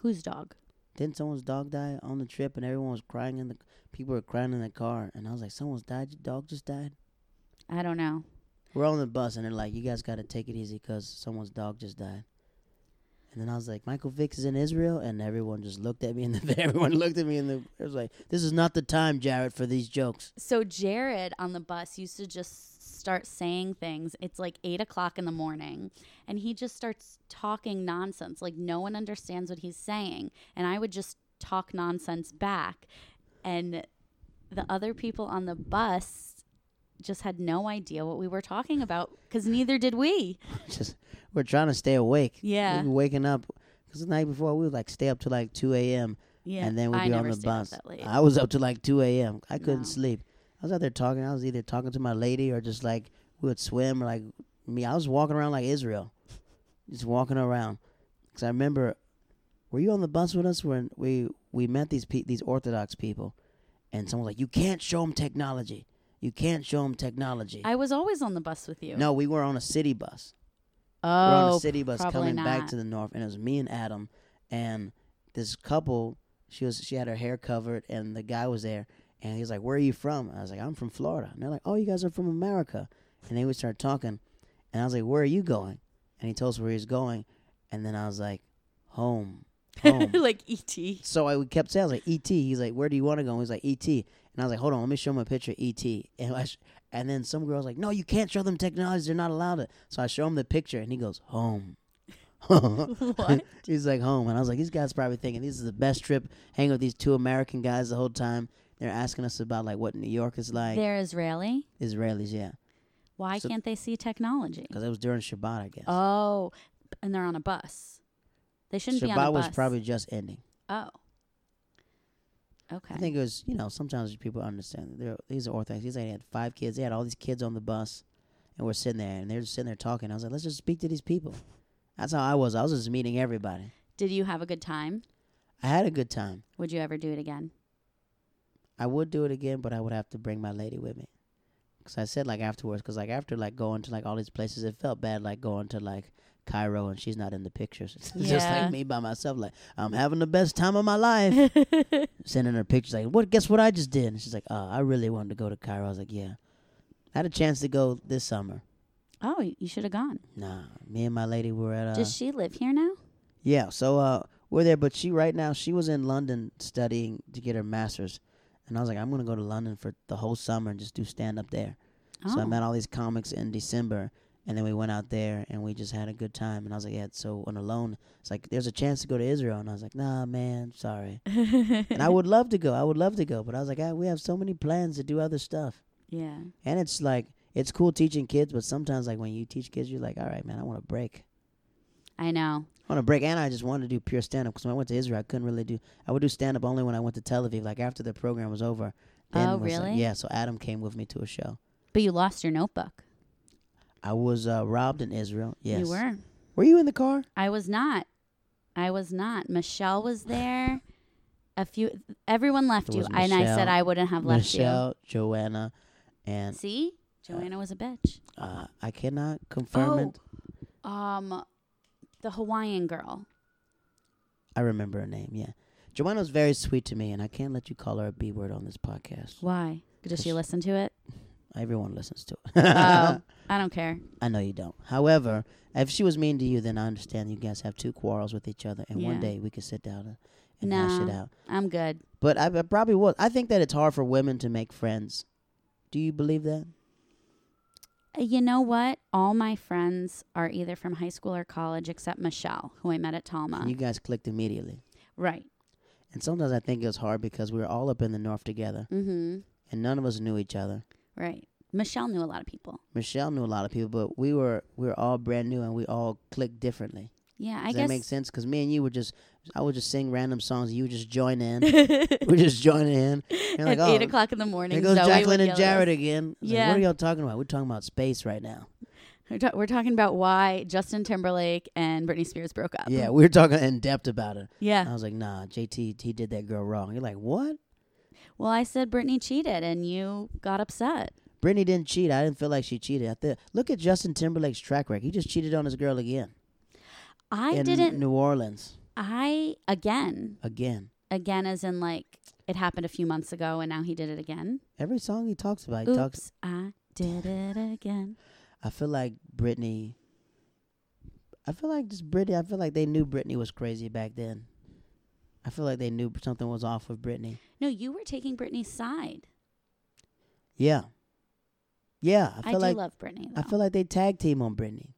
Whose dog?
Then someone's dog died on the trip, and everyone was crying in the people were crying in the car, and I was like, "Someone's died. Your dog just died."
I don't know.
We're on the bus, and they're like, "You guys got to take it easy, cause someone's dog just died." And then I was like, "Michael Vick is in Israel," and everyone just looked at me, and everyone looked at me, and the, it was like, "This is not the time, Jared, for these jokes."
So Jared on the bus used to just start saying things. It's like eight o'clock in the morning, and he just starts talking nonsense. Like no one understands what he's saying, and I would just talk nonsense back, and the other people on the bus just had no idea what we were talking about because neither did we.
just we're trying to stay awake.
Yeah.
We were waking up because the night before we would like stay up to like two a.m.
Yeah,
and then we'd
I
be
never
on the
stayed up
bus.
that late.
I was up to like 2 a.m. I couldn't
No.
sleep. I was out there talking. I was either talking to my lady or just like we would swim or like me. I was walking around like Israel, just walking around. Because I remember, were you on the bus with us when we we met these pe- these Orthodox people, and someone was like, "You can't show them technology. You can't show them technology."
I was always on the bus with you.
no, we were on a city bus.
oh,
We're on a city bus
probably
coming back
not.
to the north, and it was me and Adam, and this couple. She was she had her hair covered, and the guy was there, and he was like, "Where are you from?" I was like, "I'm from Florida." And they're like, "Oh, you guys are from America," and they would start talking, and I was like, "Where are you going?" And he told us where he was going, and then I was like, "Home, home."
like E ET.
"E so I we kept saying, "I was like, ET." He's like, "Where do you want to go?" And he's like, "ET," and And I was like, hold on, let me show them a picture of ET. And I sh- and then some girl's like, no, you can't show them technology. They're not allowed to. So I show him the picture, and he goes, home.
What?
He's like, home. And I was like, these guys probably thinking this is the best trip. Hanging with these two American guys the whole time. They're asking us about like what New York is like.
They're Israeli.
Israelis, yeah,
Why
So-
can't they see technology?
because it was during Shabbat, I guess.
Oh, and they're on a bus. They shouldn't be on
Shabbat
a bus.
was probably just ending.
Oh. Okay.
I think it was, you know, sometimes people understand. that They're, these are Orthodox. These they had five kids. They had all these kids on the bus, and we're sitting there, and they're just sitting there talking. I was like, let's just speak to these people. That's how I was. I was just meeting everybody.
Did you have a good time?
I had a good time.
Would you ever do it again?
I would do it again, but I would have to bring my lady with me. Cause I said like afterwards, cause like after like going to like all these places, it felt bad like going to like Cairo and she's not in the pictures. It's just
Yeah.
like me by myself. Like I'm having the best time of my life. sending her pictures like, "What? Guess what I just did?" And she's like, "Oh, I really wanted to go to Cairo." I was like, "Yeah, I had a chance to go this summer."
oh, y- you should have gone.
Nah, me and my lady were at uh,
Does she live here now?
yeah. So uh, we're there, but she right now she was in London studying to get her master's, and I was like, "I'm gonna go to London for the whole summer and just do stand up there."
Oh.
So I met all these comics in December, and then we went out there and we just had a good time. And I was like, "Yeah." So on alone, it's like there's a chance to go to Israel, and I was like, "Nah, man, sorry." and I would love to go. I would love to go, but I was like, ah, "We have so many plans to do other stuff."
yeah.
And it's like it's cool teaching kids, but sometimes like when you teach kids, you're like, "All right, man, I want a break."
I know.
I want a break, and I just wanted to do pure stand up because when I went to Israel, I couldn't really do. I would do stand up only when I went to Tel Aviv, like after the program was over.
Oh,
was, like-
really?
yeah. So Adam came with me to a show.
But you lost your notebook.
I was uh, robbed in Israel. Yes.
You were.
Were you in the car?
I was not. I was not. Michelle was there. A few. Everyone left
There
you,
was
and I said
Michelle-
I wouldn't have left
Michelle, Uh, Joanna,
you.
and
See, Joanna was a bitch.
uh, I cannot confirm it.
Oh, um, the Hawaiian girl.
I remember her name. Yeah, Joanna was very sweet to me, and I can't let you call her a b word on this podcast.
Why? Does she listen to it?
Everyone listens to it.
oh, I don't care.
I know you don't. However, if she was mean to you, then I understand you guys have two quarrels with each other, and one
Yeah.
day we could sit down and, and hash it
Nah.
out.
I'm good.
But I, I probably was. I think that it's hard for women to make friends. Do you believe that?
Uh, You know what? All my friends are either from high school or college, except Michelle, who I met at Talma.
You guys clicked immediately.
right.
And sometimes I think it's hard because we were all up in the north together,
Mm-hmm.
and none of us knew each other.
Right. Michelle knew a lot of people.
Michelle knew a lot of people, but we were we were all brand new, and we all clicked differently.
Yeah, I
Does
guess.
that make sense? Because me and you were just I would just sing random songs, you would just join in. we just join in. You're like,
at
oh,
eight o'clock in the morning,
There goes
Zoe would
Jacqueline
yell
and
at
Jared again. It's like,
Yeah.
what are y'all talking about? We're talking about space right now.
us. We're, ta- we're talking about why Justin Timberlake and Britney Spears broke up.
Yeah, Uh, we were talking in depth about it. I
Uh-huh. yeah.
was like, nah, JT, he did that girl wrong. You're like, what?
Well, I said Britney cheated, and you got upset.
Brittany didn't cheat. I didn't feel like she cheated. I th- look at Justin Timberlake's track record. He just cheated on his girl again
I
in
didn't.
New Orleans
I again,
again.
again, as in like it happened a few months ago, and now he did it again.
Every song he talks about, he
Oops,
talks.
I did it again.
I feel like Brittany. I feel like just Brittany. I feel like they knew Brittany was crazy back then. I feel like they knew something was off with Brittany.
No, you were taking Britney's side.
Yeah. Yeah, I
I,
feel
do
like
love Britney. Though.
I feel like they tag team on Britney.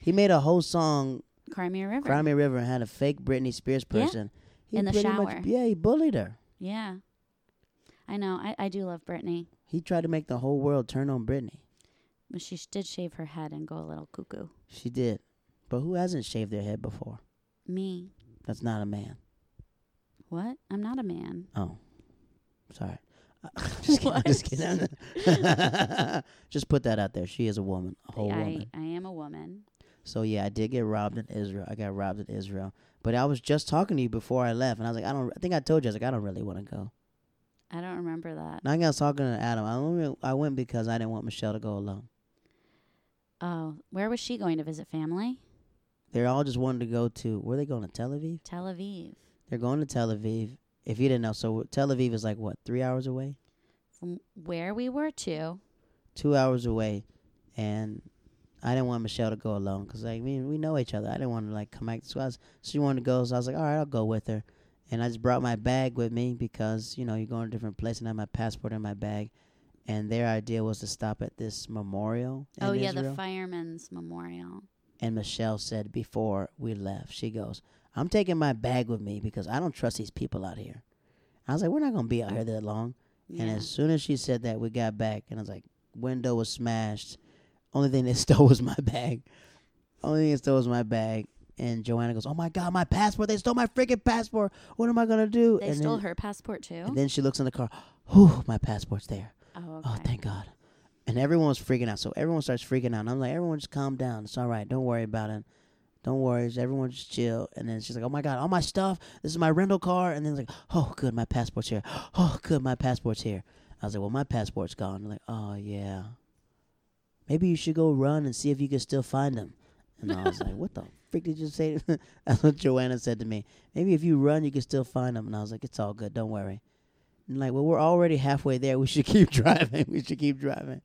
He made a whole song,
Cry Me a River.
Crimea River, and had a fake Britney Spears
Yeah.
person. He
In the
pretty
shower.
yeah, he bullied her.
Yeah, I know. I, I do love Britney.
He tried to make the whole world turn on Britney.
But she sh- did shave her head and go a little cuckoo.
She did. But who hasn't shaved their head before?
Me.
That's not a man.
What? I'm not a man.
Oh. Sorry. just kidding. Just, kidding. just put that out there. She is a woman, a whole
I,
woman.
I am a woman.
So yeah, I did get robbed in Israel. I got robbed in Israel. But I was just talking to you before I left, and I was like, I don't. I think I told you. I was like, I don't really want to go.
I don't remember that.
And I was talking to Adam. I only I went because I didn't want Michelle to go alone.
Oh, where was she going to visit family?
They all just wanted to go to. Were they going to Tel Aviv?
Tel Aviv.
They're going to Tel Aviv. If you didn't know, so Tel Aviv is like what three hours away,
From where we were to.
two hours away, and I didn't want Michelle to go alone because like I mean we know each other. I didn't want to like come back to us. She wanted to go, so I was like, all right, I'll go with her. and I just brought my bag with me because you know you're going to different places and I had my passport in my bag. And their idea was to stop at this memorial. in
oh yeah,
Israel.
the firemen's memorial.
And Michelle said before we left, she goes, I'm taking my bag with me because I don't trust these people out here. I was like, we're not going to be out here that long.
Yeah.
And as soon as she said that, we got back. And I was like, window was smashed. Only thing they stole was my bag. Only thing they stole was my bag. And Joanna goes, oh my God, my passport. They stole my freaking passport. What am I going to do?
they
and
stole
then,
her passport too.
And then she looks in the car, whew, my passport's there.
oh, okay.
Oh, thank God. And everyone was freaking out. So everyone starts freaking out. And I'm like, everyone just calm down. It's all right. Don't worry about it. Don't worry. Just- Everyone just chill. And then she's like, oh my God, all my stuff. This is my rental car. And then it's like, oh, good. My passport's here. Oh, good. My passport's here. I was like, well, my passport's gone. They're like, oh, yeah. Maybe you should go run and see if you can still find them. And I was like, what the freak did you say? That's what Joanna said to me. Maybe if you run, you can still find them. And I was like, it's all good. Don't worry. And like, well, we're already halfway there. We should keep driving. We should keep driving.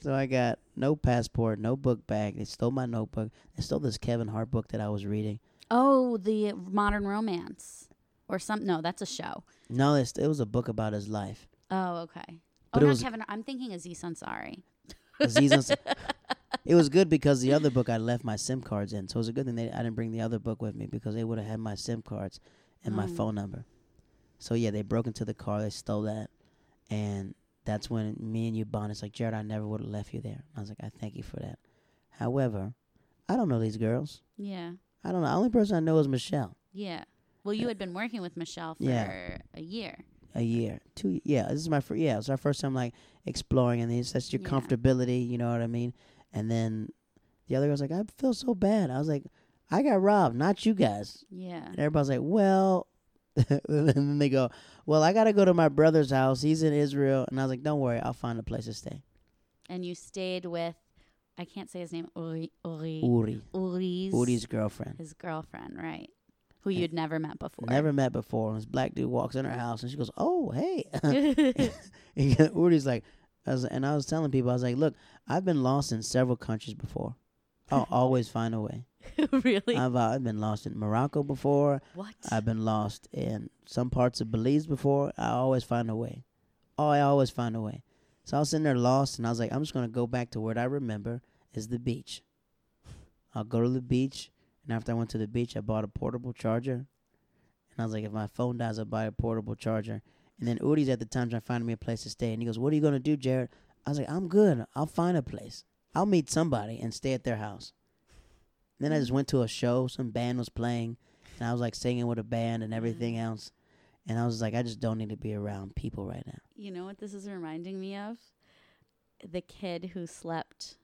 So I got no passport, no book bag. They stole my notebook. They stole this Kevin Hart book that I was reading.
Oh, the Modern Romance or some? No, that's a show.
No, it's, it was a book about his life.
Oh, okay.
But it
oh, not
was-
Kevin. I'm thinking Aziz Ansari.
Aziz Ansari- it was good because the other book I left my SIM cards in. So it was a good thing they, I didn't bring the other book with me because they would have had my SIM cards and my
Oh.
phone number. So yeah, they broke into the car. They stole that. And that's when me and you bonded. It's like, Jared, I never would have left you there. I was like, I thank you for that. However, I don't know these girls.
Yeah,
I don't know. The only person I know is Michelle.
yeah. Well, you had been working with Michelle for
Uh, Yeah.
a year.
A year, two. Yeah, this is my first. Yeah, it's our first time like exploring, and it's that's your
Yeah.
comfortability. You know what I mean? And then the other girl's like, I feel so bad. I was like, I got robbed, not you guys.
Yeah.
And everybody's like, well. and then they go, well, I gotta go to my brother's house. He's in Israel, and I was like, don't worry, I'll find a place to stay.
And you stayed with, I can't say his name, Uri, Uri,
Uri,
Uri's,
Uri's girlfriend.
his girlfriend, right? Who you'd never met before.
Eh, Never met before. And this black dude walks in her house, and she goes, oh, hey. And Uri's like, I was, and I was telling people, I was like, look, I've been lost in several countries before. I'll always find a way.
really?
I've, uh, I've been lost in Morocco before.
what?
I've been lost in some parts of Belize before. I always find a way. Oh, I always find a way. So I was sitting there lost, and I was like, I'm just going to go back to what I remember is the beach. I'll go to the beach, and after I went to the beach, I bought a portable charger. And I was like, if my phone dies, I'll buy a portable charger. And then Udi's at the time trying to find me a place to stay. And he goes, What are you going to do, Jared? I was like, I'm good. I'll find a place. I'll meet somebody and stay at their house. Then I just went to a show. Some band was playing. And I was like singing with a band
Mm-hmm.
and everything else. And I was like, I just don't need to be around people right now.
you know what this is reminding me of? The kid who slept.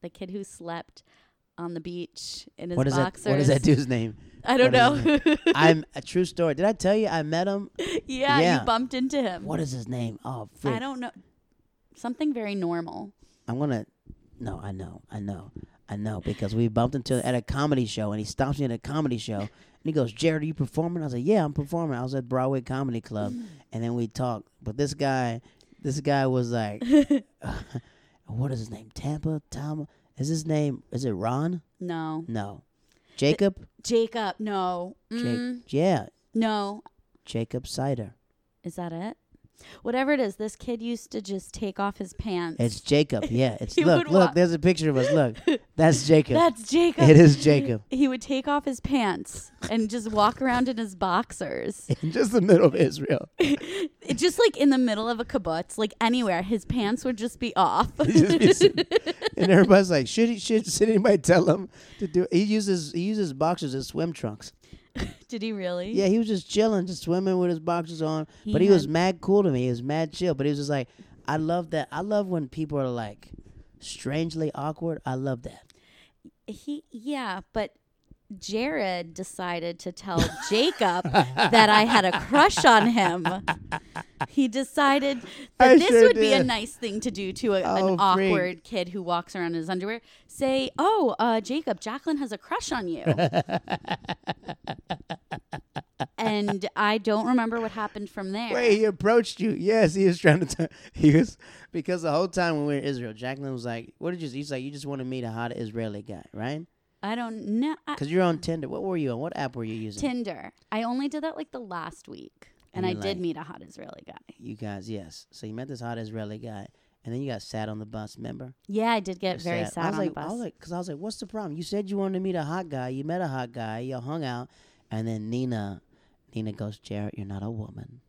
The kid who slept on the beach in his
What is
boxers.
that? What is that dude's name?
I don't
what
know.
I'm a true story. Did I tell you I met him?
yeah,
Yeah.
you bumped into him.
What is his name? Oh,
Um, I
frick.
don't know. Something very normal.
I'm gonna. No, I know, I know, I know, because we bumped into at a comedy show, and he stops me at a comedy show, and he goes, "Jared, are you performing?" I was like, "Yeah, I'm performing." I was at Broadway Comedy Club,
Mm.
and then we talked. But this guy, this guy was like, "What is his name? Tampa? Tom? Is his name? Is it Ron?
No.
No, Jacob?
Jacob, no. Mm,
Jake? Yeah,
no.
Jacob Cider.
Is that it? Whatever it is, this kid used to just take off his pants.
It's Jacob. Yeah, it's
He
look,
would
look.
walk-
There's a picture of us. Look, that's Jacob.
That's Jacob.
it is Jacob.
He would take off his pants and just walk around in his boxers.
In just the middle of Israel.
It- just like in the middle of a kibbutz, like anywhere, his pants would just be off.
He'd just be sitting- and everybody's like, should he, should should anybody tell him to do? He uses he uses boxers as swim trunks.
Did he really?
Yeah, he was just chilling, just swimming with his boxers on.
He
but he was
had-
mad cool to me. He was mad chill. But he was just like, I love that. I love when people are like strangely awkward. I love that.
He yeah, but Jared decided to tell Jacob that I had a crush on him. He decided that
I
this
sure
would be a
did.
nice thing to do to a,
Oh,
an
freak.
awkward kid who walks around in his underwear. Say, "Oh, uh, Jacob, Jacqueline has a crush on you." and I don't remember what happened from there.
Wait, he approached you. Yes, he was trying to turn. He was because the whole time when we were in Israel, Jacqueline was like, "What did you?" He's like, "You just want to meet a hot Israeli guy, right?"
I don't know. I-
Because you're on Tinder. What were you on? What app were you using?
Uh, Tinder. I only did that like the last week, and,
And
I
you're
did
like-
meet a hot Israeli guy.
You guys, yes. So you met this hot Israeli guy, and then you got sat on the bus. Remember?
Yeah, I did get
You're
very
I
sad
was
on
like,
the bus.
I was like, because I was like, what's the problem? You said you wanted to meet a hot guy. You met a hot guy. You hung out, and then Nina, Nina goes, Jarrett, you're not a woman.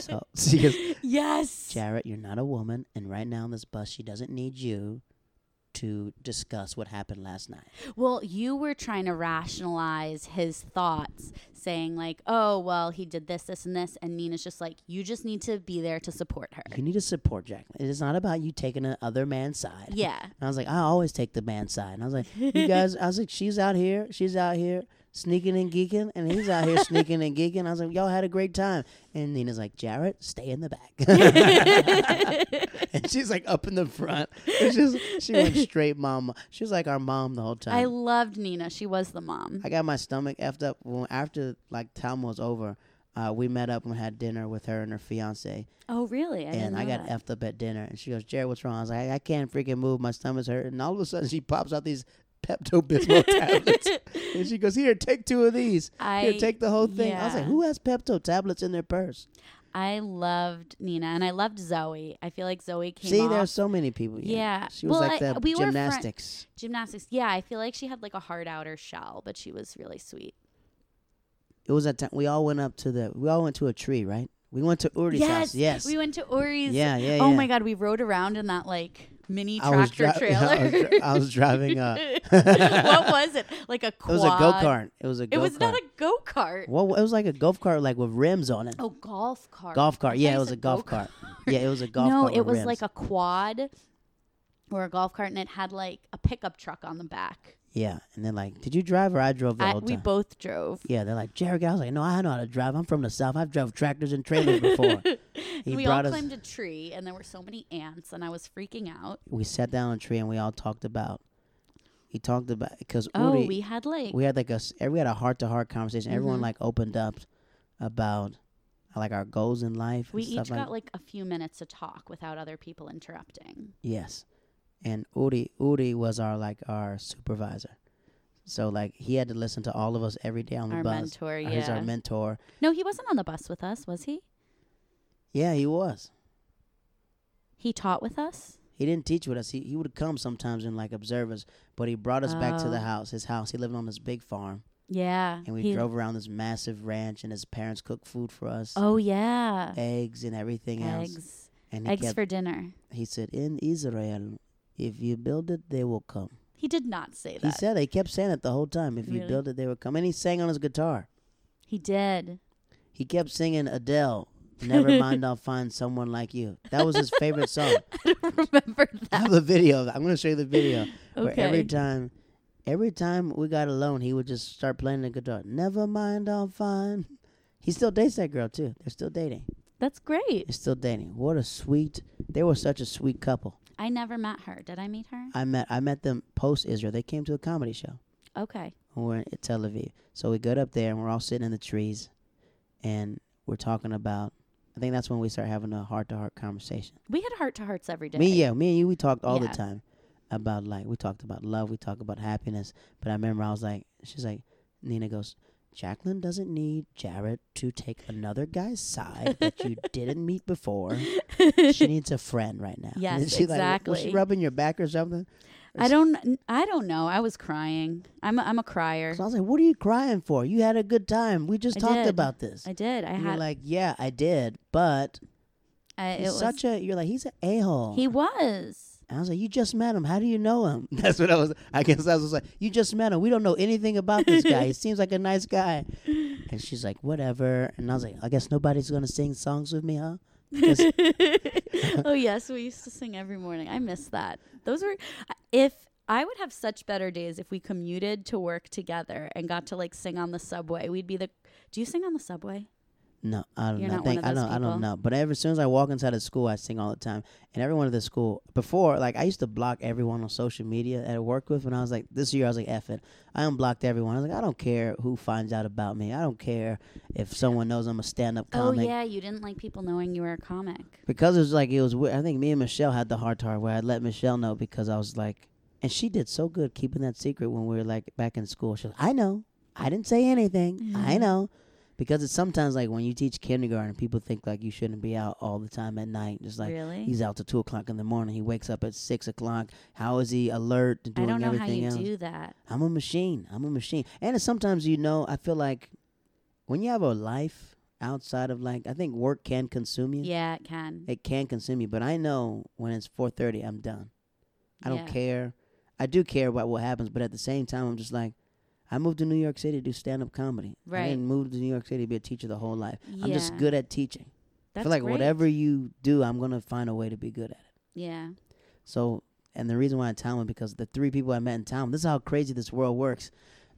so she goes,
yes.
Jarrett, you're not a woman, and right now on this bus, she doesn't need you to discuss what happened last night.
Well, you were trying to rationalize his thoughts, saying like, "Oh, well, he did this, this, and this," and Nina's just like, "You just need to be there to support her."
You need to support Jacqueline. It is not about you taking the other man's side.
Yeah.
And I was like, I always take the man's side. And I was like, you guys, I was like, she's out here, she's out here sneaking and geeking, and he's out here sneaking and geeking. I was like, y'all had a great time. And Nina's like, Jarrett, stay in the back. and she's like up in the front. It's just, she went straight mom. She was like our mom the whole time.
I loved Nina. She was the mom.
I got my stomach effed up when after like time was over. Uh, we met up and had dinner with her and her fiance,
oh, really? I didn't
and I
know
got
that.
effed up at dinner. And she goes, "Jared, what's wrong?" I was like, "I can't freaking move. My stomach's hurting." And all of a sudden, she pops out these Pepto Bismol tablets, and she goes, "Here, take two of these. Here,
I
take the whole thing." I was like,
yeah.
"Who has Pepto tablets in their purse?"
I loved Nina, and I loved Zoe. I feel like Zoe came
See,
off
there's so many people.
Yeah.
she was
Well,
like
I-
the
we were friend-
gymnastics.
gymnastics. Yeah, I feel like she had like a hard outer shell, but she was really sweet.
It was a time we all went up to the. We all went to a tree, right? We went to Uri's house. Yes.
we went to Ori's.
yeah, yeah,
Oh
yeah.
my God, we rode around in that like mini
I was
tractor
dri- I was
trailer.
dri- I was driving a-
what was it? Like a
It
quad.
was a go kart. It was a.
It
go-kart.
was not a go kart.
What it was like a golf cart, like with rims on it.
Oh, golf cart.
golf
I
cart.
thought
Yeah,
you
it was
said
a golf
go-kart.
cart. Yeah, it was a golf
no,
cart.
it
with
was
rims.
like a quad or a golf cart, and it had like a pickup truck on the back.
Yeah, and then like, did you drive or I drove the
I,
whole
we
time?
both drove.
yeah, they're like Jerry. I was like, no, I know how to drive. I'm from the south. I've drove tractors and trailers before. He
we all
brought us.
climbed a tree, and there were so many ants, and I was freaking out.
we sat down on a tree and we all talked about. He talked about because
Oh, we had like
we had like a s- we had a heart to heart conversation. Everyone
Mhm.
like opened up about uh, like our goals in life.
We
and stuff
each
like
got like a few minutes to talk without other people interrupting.
Yes. And Uri Uri was our like our supervisor. So like he had to listen to all of us every day on the
Our
bus.
mentor,
Uh, He's
yeah.
our mentor.
no, he wasn't on the bus with us, was he?
Yeah, he was.
He taught with us.
He didn't teach with us. He he would come sometimes and like observe us, but he brought us back to the
Oh.
house, his house. He lived on this big farm
Yeah.
and we
he-
drove around this massive ranch and his parents cooked food for us.
Oh yeah.
Eggs and everything else.
Eggs.
And he
Eggs
kept
for dinner.
he said, In Israel, if you build it, they will come.
He did not say
He
that.
said he kept saying it the whole time. If you
Really?
build it, they will come. And he sang on his guitar.
He did.
He kept singing Adele. Never mind, I'll find someone like you. That was his favorite song.
I don't remember
I
that.
have a video. of- I'm going to show you the video. Where
Okay.
every time, every time we got alone, he would just start playing the guitar. Never mind, I'll find. He still dates that girl too. They're still dating.
That's great.
They're still dating. What a sweet. They were such a sweet couple.
I never met her. Did I meet her?
I met. I met them post Israel. They came to a comedy show.
Okay.
when we're in Tel Aviv. So we got up there and we're all sitting in the trees, and we're talking about. I think that's when we start having a heart to heart conversation.
We had heart to hearts every day.
Me, yeah, me and you, we talked all
Yeah.
the time about like we talked about love, we talked about happiness. But I remember I was like, she's like, Nina goes, Jacqueline doesn't need Jared to take another guy's side that you didn't meet before. She needs a friend right now.
Yes,
And she, Like, was she
exactly.
rubbing your back or something?
I don't. I don't know. I was crying. I'm. A, I'm a crier.
So I was like, what are you crying for? You had a good time. We just
I
talked
did.
about this.
I did. I
And you're
had.
like, yeah, I did, but
I, it
he's
was.
such a. You're like, he's an a hole.
he was.
And I was like, "You just met him. How do you know him?" That's what I was. I guess I was like, "You just met him. We don't know anything about this guy. he seems like a nice guy." And she's like, "Whatever." And I was like, "I guess nobody's gonna sing songs with me, huh?" 'Cause
oh yes, we used to sing every morning. I miss that. Those were if I would have such better days if we commuted to work together and got to like sing on the subway. We'd be the Do you sing on the subway?
no, I don't
You're
know. I
not one
think
of
I
those
don't. I don't
people.
know. But ever as soon as I walk inside of school, I sing all the time. And everyone at the school before, like, I used to block everyone on social media that I worked with. When I was like, this year, I was like, "F it." I unblocked everyone. I was like, "I don't care who finds out about me. I don't care if someone knows I'm a stand-up comic."
Oh yeah, you didn't like people knowing you were a comic.
because it was like it was. we- I think me and Michelle had the hard time where I let Michelle know because I was like, And she did so good keeping that secret when we were like back in school. She was, I know. I didn't say anything. I
Yeah.
know. Because it's sometimes like when you teach kindergarten, people think like you shouldn't be out all the time at night. Just like
really?
he's out till two o'clock in the morning. He wakes up at six o'clock. How is he alert and
I
doing
don't know how
everything
you
else?
do that.
I'm a machine. I'm a machine. And it's sometimes you know, I feel like when you have a life outside of like I think work can consume you.
Yeah, it can.
It can consume you, but I know when it's 4:30, I'm done. I don't
Yeah.
care. I do care about what happens, but at the same time, I'm just like, I moved to New York City to do stand-up comedy. I
Right.
didn't move to New York City to be a teacher the whole life. I'm just
Yeah.
good at teaching. I
That's
feel like
great.
whatever you do, I'm gonna find a way to be good at it.
Yeah.
So, and the reason why in Taiwan because the three people I met in Taiwan. This is how crazy this world works.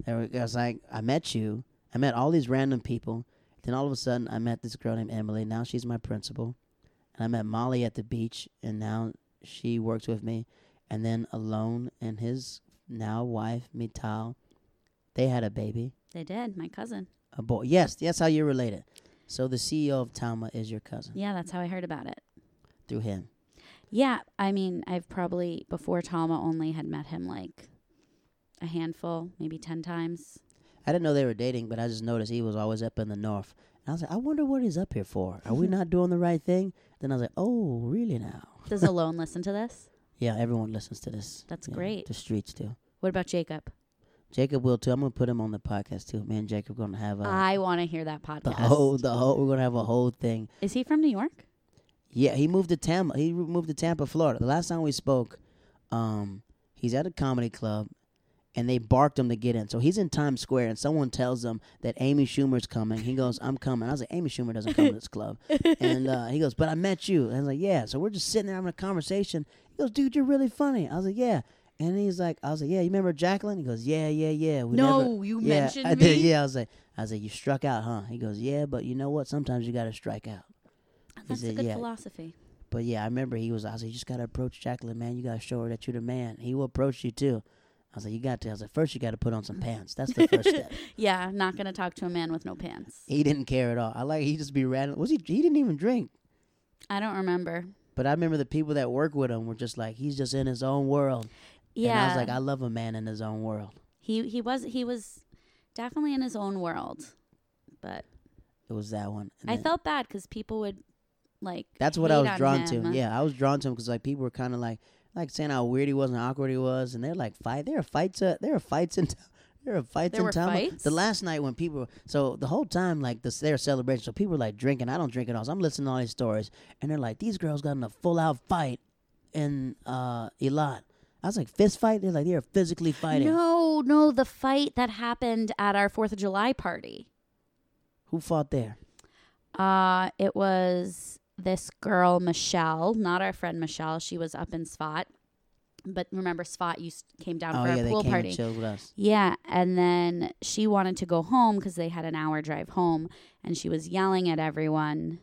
They were- I was like, I met you. I met all these random people. Then all of a sudden, I met this girl named Emily. Now she's my principal. And I met Molly at the beach, and now she works with me. And then Alone and his now wife Mital, they had a baby,
They did. My cousin.
a boy. Yes, that's how you're related. So the CEO of Tama is your cousin
Yeah, that's how I heard about it.
through him.
Yeah, I mean, I've probably before Tama only had met him like a handful, maybe 10 times.
I didn't know they were dating, but I just noticed he was always up in the north. And I was like, I wonder what he's up here for. Are we not doing the right thing? Then I was like, Oh, really now?
Does Alone listen to this?
Yeah, everyone listens to this.
That's
Yeah,
great.
The streets do.
What about Jacob?
Jacob will too. I'm gonna put him on the podcast too. Me and Jacob gonna have a
I want to hear that
the
podcast.
whole the whole. We're gonna have a whole thing.
Is he from New York?
Yeah, he moved to Tampa. He re- moved to Tampa, Florida. The last time we spoke, um, he's at a comedy club, and they barked him to get in. So he's in Times Square, and someone tells him that Amy Schumer's coming. He goes, "I'm coming." I was like, "Amy Schumer doesn't come to this club," and uh, he goes, "But I met you." And I was like, "Yeah." So we're just sitting there having a conversation. He goes, "Dude, you're really funny." I was like, "Yeah." And he's like, I was like, yeah, you remember Jacqueline? He goes, yeah, yeah, yeah. We never-
you
yeah, I did. Yeah, I was like, I was like, you struck out, huh? He goes, yeah, but you know what? Sometimes you gotta strike out.
That's
said,
a good
yeah.
philosophy.
But yeah, I remember he was. I was like, you just gotta approach Jacqueline, man. You gotta show her that you're the man. He will approach you too. I was like, you got to. I was like, first you gotta put on some pants. That's the first step.
Yeah, not going to talk to a man with no pants.
He didn't care at all. I like he just be random. Was he? He didn't even drink.
I don't remember.
But I remember the people that work with him were just like, he's just in his own world.
Yeah.
And I was like, I love a man in his own world.
he he was he was definitely in his own world. But
It was that one. And
I
then-
felt bad cuz people would like
That's what
hate
I was
on
drawn
him.
to. Yeah, I was drawn to him because like people were kind of like like saying how weird he was and how awkward he was, and they're like fight. There are fights. Uh, there are fights in. T- there are fights
There
in
were
town.
fights?
The last night when people, so the whole time like this, they're celebrating. So people were like drinking. I don't drink at all. So I'm listening to all these stories, and they're like, these girls got in a full out fight in uh Elat. I was like, fist fight. They're like, they're physically fighting.
No, no, the fight that happened at our 4th of July party.
Who fought there?
Uh it was this girl Michelle, not our friend Michelle. She was up in Svat. But remember Svat you came down
oh
for
yeah,
a
they
pool
came
party.
and chilled with us.
Yeah, and then she wanted to go home because they had an hour drive home, and she was yelling at everyone.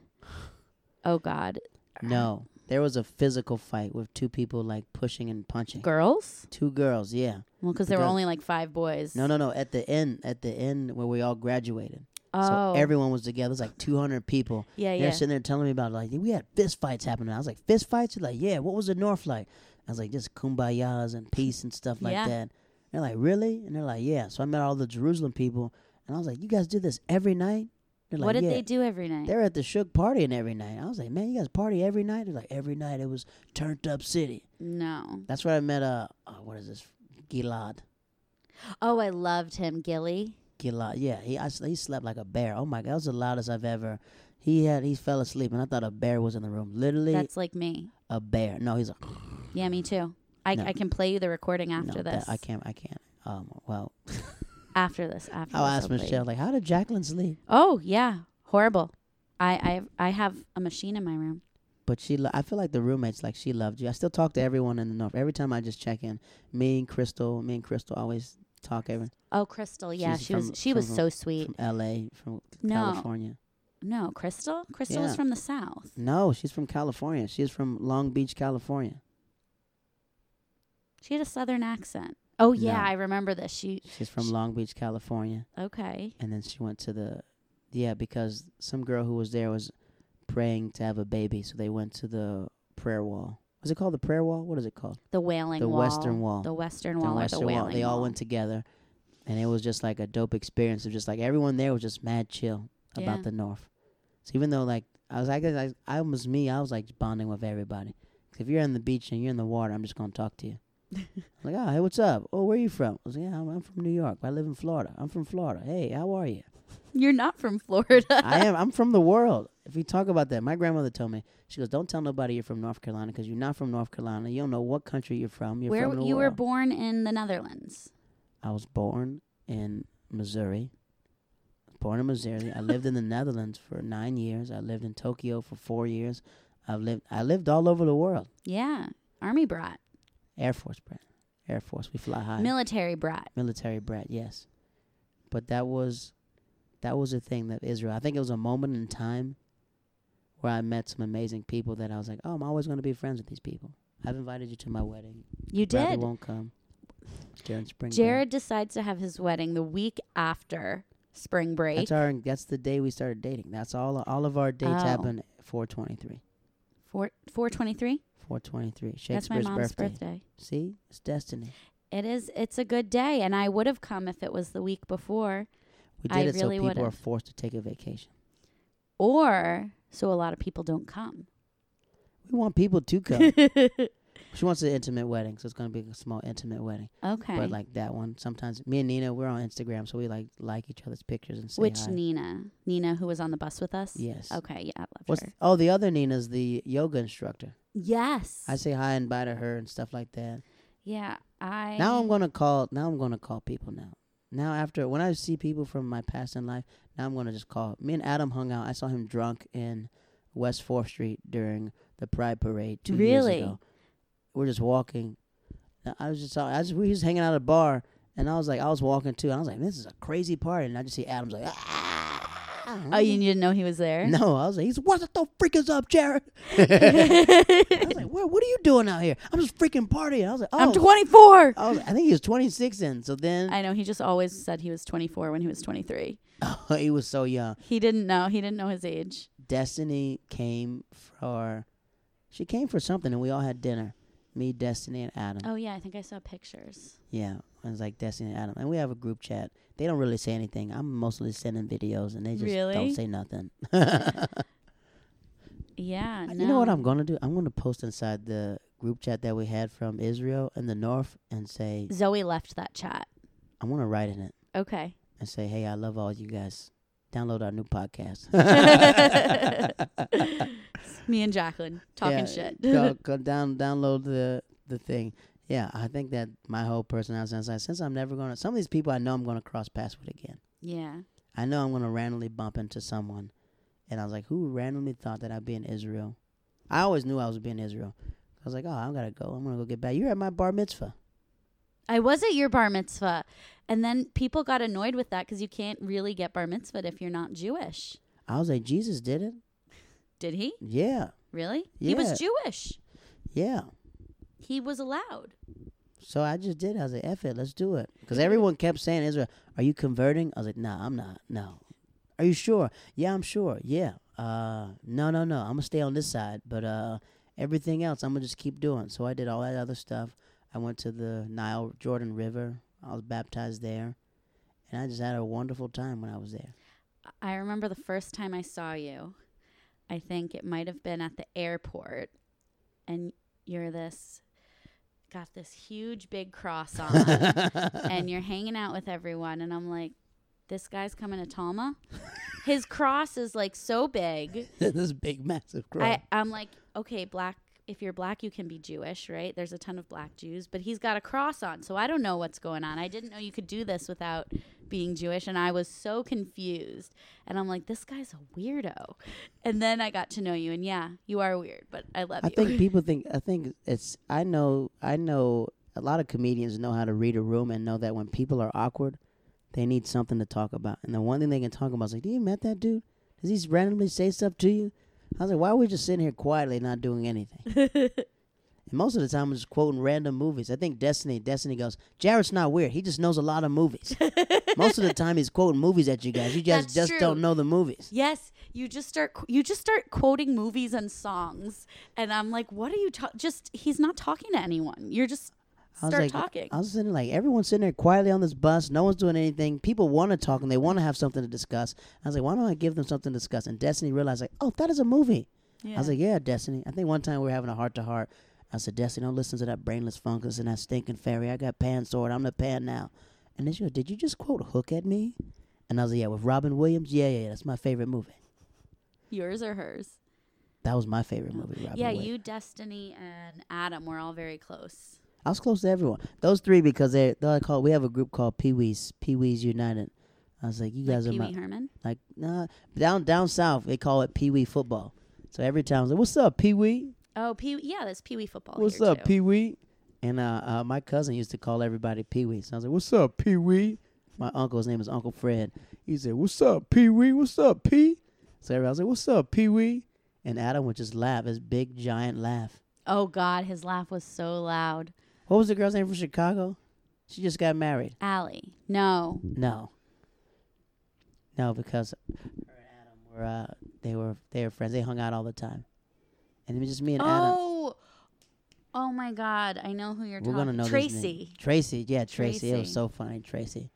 Oh God,
No, there was a physical fight with two people like pushing and punching.
girls!
Two girls, yeah.
Well, because there were
Because-
only like five boys.
No, no, no. At the end, at the end where we all graduated.
Oh,
So everyone was together. It's like 200 people.
yeah,
They're
yeah.
sitting there telling me about like we had fist fights happening. I was like fist fights. They're like yeah, what was the North like? I was like just kumbayas and peace and stuff like
Yeah.
that. They're like really, and they're like yeah. So I met all the Jerusalem people, and I was like, you guys do this every night. They're like,
what did
yeah.
they do every night?
They're at the Shook partying every night. I was like, man, you guys party every night. They're like every night it was turned up city.
no.
That's where I met uh, uh what is this Gilad.
Oh, I loved him, Gilly.
get loud. Yeah, he I, s- he slept like a bear. Oh my god, that was the loudest I've ever. He had he fell asleep and I thought a bear was in the room. Literally
That's like me.
a bear. No, he's a
Yeah, me too. I,
No.
I can play you the recording
no,
after
that-
this.
I can't. I can't. Um. Well,
After this, after.
I'll
this,
ask
I'll play you.
Michelle like, how did Jacqueline sleep?
Oh yeah, horrible. I I I have a machine in my room.
But she, lo- I feel like the roommates like she loved you. I still talk to everyone in the north. Every time I just check in, me and Crystal, me and Crystal always talk. Every
Oh, Crystal. Yeah,
She's
she
from-
was she was
from-
so sweet.
from L.A. from
No.
California.
No, Crystal. Crystal
Yeah.
was from the South.
No, she's from California. She's from Long Beach, California.
She had a Southern accent. Oh yeah,
No.
I remember this. She
She's from
She-
Long Beach, California.
okay.
and then she went to the yeah because some girl who was there was praying to have a baby so they went to the prayer wall Was it called the prayer wall? What is it called?
The Wailing
The
Wall.
Western Wall.
The Western Wall or the
Western
Wailing
Wall. They all
Wall.
went together, and it was just like a dope experience. Of just like everyone there was just mad chill about
Yeah.
the North. So even though like I was, I guess I, I was me. I was like bonding with everybody. 'Cause if you're on the beach and you're in the water, I'm just gonna talk to you. like, oh, hey, what's up? Oh, where are you from? I was like, yeah, I'm, I'm from New York. I live in Florida. I'm from Florida. Hey, how are you?
You're not from Florida.
I am. I'm from the world. If we talk about that, my grandmother told me, she goes, "Don't tell nobody you're from North Carolina because you're not from North Carolina. You don't know what country you're from. You're
Where
from the
you were
world."
born in the Netherlands.
I was born in Missouri. Born in Missouri. I lived in the Netherlands for nine years. I lived in Tokyo for four years. I've lived. I lived all over the world.
Yeah. Army brat.
Air Force brat. Air Force. We fly high.
Military brat.
Military brat. Yes. But that was, that was a thing that Israel. I think it was a moment in time, where I met some amazing people that I was like, oh, I'm always going to be friends with these people. I've invited you to my wedding.
You
Bradley
did.
won't come. Jared Spring.
Jared decides to have his wedding the week after spring break.
That's our. That's the day we started dating. That's all. All of our dates
Oh.
happened four twenty three.
Four four twenty three.
Four twenty three.
That's my
Shakespeare's
mom's
birthday.
birthday.
See, it's destiny.
It is. It's a good day, and I would have come if it was the week before,
We
I
did it so
really
people are
would've.
forced to take a vacation.
or so a lot of people don't come.
We want people to come.
okay.
she wants an intimate wedding, so it's gonna be a small intimate wedding. But like that one, sometimes me and Nina, we're on Instagram, so we like like each other's pictures and say
Which
hi.
Nina? Nina, who was on the bus with us.
Yes.
Okay. Yeah, I loved
What's,
her.
oh, the other Nina's the yoga instructor.
yes.
I say hi and bye to her and stuff like that.
yeah. I.
Now I'm gonna call. Now I'm gonna call people. Now, now after when I see people from my past in life, now I'm gonna just call. Me and Adam hung out. I saw him drunk in West Fourth Street during the Pride Parade two
Really?
years ago. We're just walking. And I was just I was we was hanging out at a bar, and I was like I was walking too, and I was like this is a crazy party, and I just see Adam's like. Ah!
Oh, you didn't know he was there.
No, I was like, he's what the freak is up, Jared? I was like, what, what are you doing out here? I'm just freaking partying. I was like, oh,
I'm 24.
I, was, I think he was 26 then. So then
I know he just always said he was 24 when he was 23.
Oh, he was so young.
He didn't know. He didn't know his age.
Destiny came for, she came for something, and we all had dinner. Me, Destiny, and Adam.
Oh yeah, I think I saw pictures.
Yeah, it was like Destiny and Adam, and we have a group chat. They don't really say anything. I'm mostly sending videos, and they just don't
Really?
say nothing.
Yeah.
You know what
no.
I'm gonna do? I'm gonna post inside the group chat that we had from Israel and the North, and say
Zoe left that chat.
I'm gonna write in it
Okay.
and say, "Hey, I love all you guys. Download our new podcast."
Me and Jacqueline talking
Yeah,
shit.
go, go down, download the the thing. Yeah, I think that my whole personality is like, since I'm never gonna, some of these people I know I'm gonna cross paths with again.
yeah.
I know I'm gonna randomly bump into someone, and I was like, who randomly thought that I'd be in Israel? I always knew I was being in Israel. I was like, oh, I gotta go. I'm gonna go get back. You're at my bar mitzvah.
I was at your bar mitzvah, and then people got annoyed with that because you can't really get bar mitzvah if you're not Jewish.
I was like, Jesus did it.
Did he
Yeah,
really? He was Jewish.
yeah.
He was allowed.
So I just did. it. I was like, F it, let's do it. Because everyone kept saying, Israel, are you converting? I was like, nah, I'm not. No. Are you sure? Yeah, I'm sure. Yeah. Uh, no, no, no. I'm going to stay on this side. But uh, everything else, I'm going to just keep doing. So I did all that other stuff. I went to the Nile, Jordan River. I was baptized there. And I just had a wonderful time when I was there.
I remember the first time I saw you. I think it might have been at the airport, and you're this got this huge big cross on. Uh-huh. and you're hanging out with everyone and I'm like this guy's coming to Talma. His cross is like so big.
this big, massive cross.
I, I'm like, okay, black. If you're black, you can be Jewish, right? There's a ton of black Jews, but he's got a cross on, so I don't know what's going on. I didn't know you could do this without being Jewish, and I was so confused. And I'm like, this guy's a weirdo. And then I got to know you, and yeah, you are weird, but I love
I
you.
think people think I think it's I know I know a lot of comedians know how to read a room and know that when people are awkward, they need something to talk about. And the one thing they can talk about is like, "Do you met that dude? Does he randomly say stuff to you?" I was like, "Why are we just sitting here quietly not doing anything?" and most of the time, I'm just quoting random movies. I think Destiny Destiny goes, "Jared's not weird. He just knows a lot of movies." most of the time, he's quoting movies at you guys. You guys
That's
just
true.
don't know the movies.
yes, you just start qu- you just start quoting movies and songs, and I'm like, what are you talking? Just he's not talking to anyone. You're just
I was
start
like,
talking.
I was sitting like everyone's sitting there quietly on this bus. No one's doing anything. People want to talk and they want to have something to discuss. I was like, why don't I give them something to discuss? And Destiny realized like, oh, that is a movie. I was like, yeah, Destiny. I think one time we were having a heart to heart. I said, Destiny, don't listen to that brainless fungus and that stinking fairy. I got pan sword. I'm the pan now. And then she goes, did you just quote Hook at me? And I was like, yeah, with Robin Williams. Yeah, yeah, yeah. That's my favorite movie.
yours or hers?
That was my favorite movie. Robin
yeah,
Williams.
you, Destiny, and Adam were all very close.
I was close to everyone. Those three because they're they're called. We have a group called Pee Wees. Pee Wees United. I was like, you guys
like
are
Pee
my
Wee Herman.
like nah. Down down south they call it Pee Wee football. So every time I was like, what's up Pee Wee?
Oh, Pee. Yeah, that's Pee Wee football.
What's
here,
up
too.
Pee Wee? And uh, uh, my cousin used to call everybody Pee Wee. So I was like, what's up Pee Wee? My uncle's name is Uncle Fred. He said, what's up Pee Wee? What's up Pee? So everybody was like, what's up Pee Wee? And Adam would just laugh his big giant laugh.
Oh God, his laugh was so loud.
What was the girl's name from Chicago? She just got married.
Allie, no,
No. No, because her and Adam were uh, they were they were friends. They hung out all the time, and it was just me and Adam.
Oh, oh my God! I know who you're
We're gonna
talking.
know this name.
Tracy.
Tracy, yeah, Tracy. It was
Tracy.
so funny, Tracy.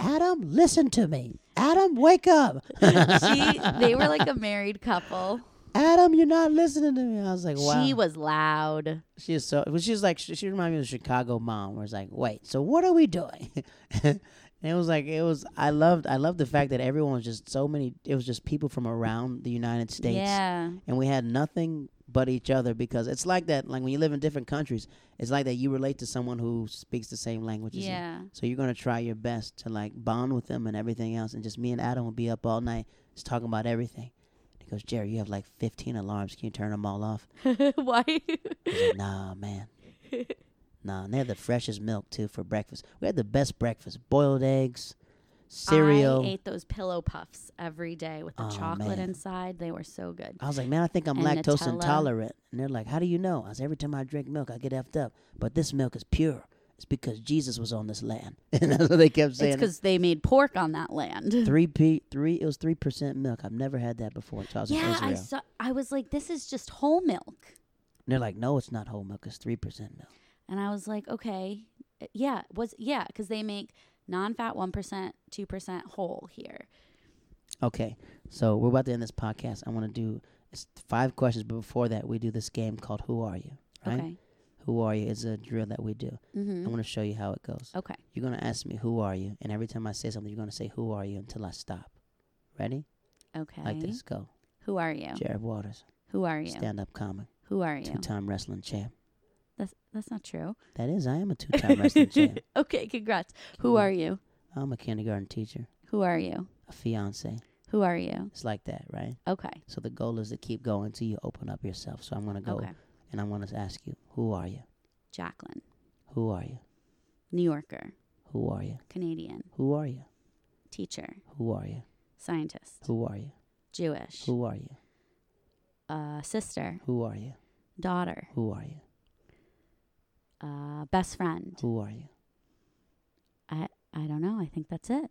Adam, listen to me. Adam, wake up.
she, they were like a married couple.
Adam, you're not listening to me. I was like, wow.
She was loud.
She is so. Well, she's like. She, she reminded me of the Chicago mom. Where it's like, wait. So what are we doing? and it was like it was. I loved. I loved the fact that everyone was just so many. It was just people from around the United States.
Yeah,
and we had nothing but each other because it's like that like when you live in different countries it's like that you relate to someone who speaks the same language as you
yeah.
so you're going to try your best to like bond with them and everything else and just me and adam will be up all night just talking about everything he goes jerry you have like 15 alarms can you turn them all off
Why?
I was like, nah man nah and they had the freshest milk too for breakfast we had the best breakfast boiled eggs cereal
I ate those pillow puffs every day with the
Oh,
chocolate
man.
inside. They were so good.
I was like, man, I think I'm
And
lactose
Nutella.
intolerant. And they're like, how do you know? I was every time I drink milk, I get effed up. But this milk is pure. It's because Jesus was on this land. and that's what they kept
It's
saying.
because they made pork on that land.
three p three it was three percent milk. I've never had that before until I was in
Yeah,
Israel.
I saw. I was like, this is just whole milk.
and they're like, no, it's not whole milk. It's three percent milk.
And I was like, okay, uh, yeah, was yeah, because they make non-fat one percent, two percent whole here.
Okay, so we're about to end this podcast. I want to do it's five questions, but before that, we do this game called Who Are You? Right?
Okay.
Who are you? It's a drill that we do.
Mm-hmm.
I'm going to show you how it goes.
Okay.
You're gonna ask me who are you, and every time I say something, you're gonna say who are you until I stop. Ready?
Okay.
Like this. Go.
Who are you?
Jared Waters,
Who are you?
stand-up comic,
Who are you?
two-time wrestling champ.
That's that's not true.
That is, I am a two-time wrestling champ.
okay, congrats. Who are you?
I'm a kindergarten teacher,
Who are you?
a fiance.
Who are you?
It's like that, right?
Okay.
So the goal is to keep going till you open up yourself. So I'm gonna go
Okay.
and I'm gonna ask you, who are you?
Jacqueline,
Who are you?
New Yorker,
Who are you?
Canadian,
Who are you?
teacher,
Who are you?
scientist,
Who are you?
Jewish,
Who are you?
uh, sister,
Who are you?
daughter,
Who are you?
uh, best friend.
Who are you?
I I don't know. I think that's it.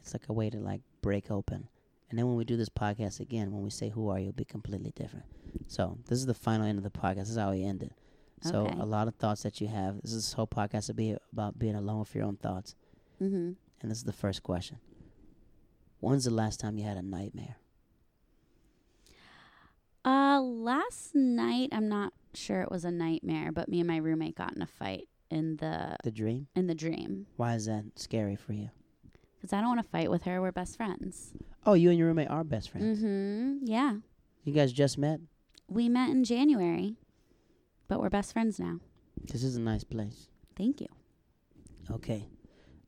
It's like a way to like break open. And then when we do this podcast again, when we say who are you, it'll be completely different. So this is the final end of the podcast. This is how we end it. So
Okay.
a lot of thoughts that you have. This is this whole podcast will be about being alone with your own thoughts.
Mm-hmm.
And this is the first question. When's the last time you had a nightmare?
Uh, last night I'm not sure it was a nightmare, but me and my roommate got in a fight in the
The dream?
in the dream
Why is that scary for you?
because I don't want to fight with her. We're best friends.
Oh, you and your roommate are best friends.
Mm-hmm. Yeah,
You guys just met?
we met in January, but we're best friends now.
This is a nice place.
Thank you.
Okay.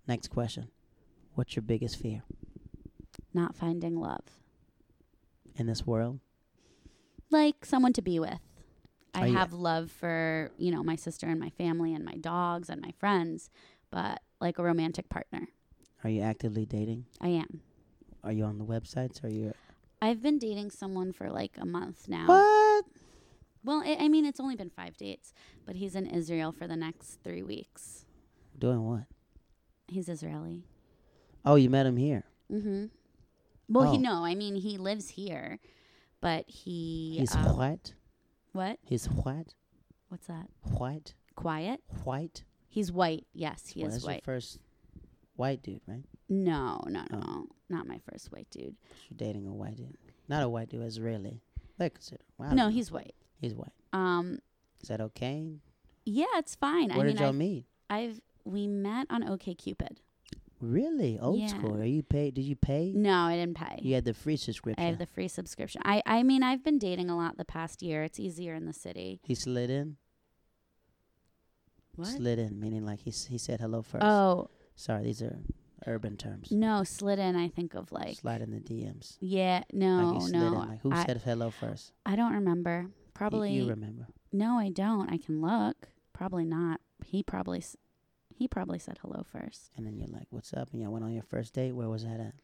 Next question. What's your biggest fear
Not finding love,
in this world?
like someone to be with. I
Are you-
have love for you know my sister and my family and my dogs and my friends, but like a romantic partner,
Are you actively dating?
I am.
Are you on the websites? Are you
I've been dating someone for like a month now.
What?
Well, i I mean, it's only been five dates, but he's in Israel for the next three weeks.
Doing what?
He's Israeli.
Oh, you met him here.
Mm-hmm. Well, he
Oh.
no, I mean he lives here, but he
He's
um,
white.
what?
He's white.
What's that?
White.
Quiet?
White.
He's white. Yes, he
Well,
is
that's
white.
your first white dude, right?
no, no,
Oh.
no, not my first white dude.
You're dating a white dude. Not a white dude, Israeli. They consider. Well, I don't
No,
know.
he's white.
he's white.
Um,
Is that okay?
yeah, it's fine.
Where
I mean,
did y'all
I've,
meet?
I've we met on OK Cupid.
Really? Old
Yeah.
school. Are you paid? Did you pay?
No, I didn't pay.
You had the free
I
subscription.
have the free subscription. I I mean, I've been dating a lot the past year. It's easier in the city.
he slid in.
What?
Slid in, meaning like he s- he said hello first.
Oh
Sorry, these are urban terms.
no, slid in. I think of like.
Slide in the DMs.
Yeah,
like
no,
you slid in.
no.
Like who
I,
said hello first?
I don't remember.
Y-
Probably
You, remember?
No, I don't. I can look. Probably not. He probably s- he probably said hello first.
And then you're like, "What's up?" And y'all went on your first date. Where was that at?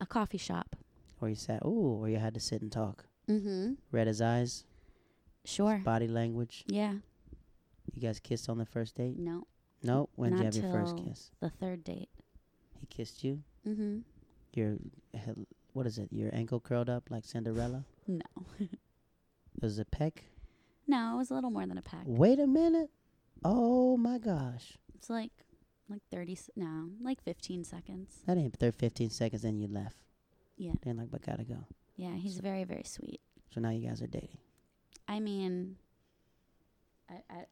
A coffee shop.
Where you sat? Ooh, where you had to sit and talk.
Mhm.
Read his eyes.
Sure.
Body language.
Yeah.
You guys kissed on the first date?
No.
No. When did you
Not
have your first
till-
kiss?
The third date.
He kissed you.
Mhm.
Your hel- what is it? Your ankle curled up like Cinderella.
No.
Was it peck?
No, it was a little more than a pack.
Wait a minute. Oh my gosh.
It's like like 30 s- no, like 15 seconds.
That ain't there 15 seconds, then you left.
Yeah.
Then, like, but gotta go.
Yeah, he's very very sweet.
So now you guys are dating.
Oh I mean I, I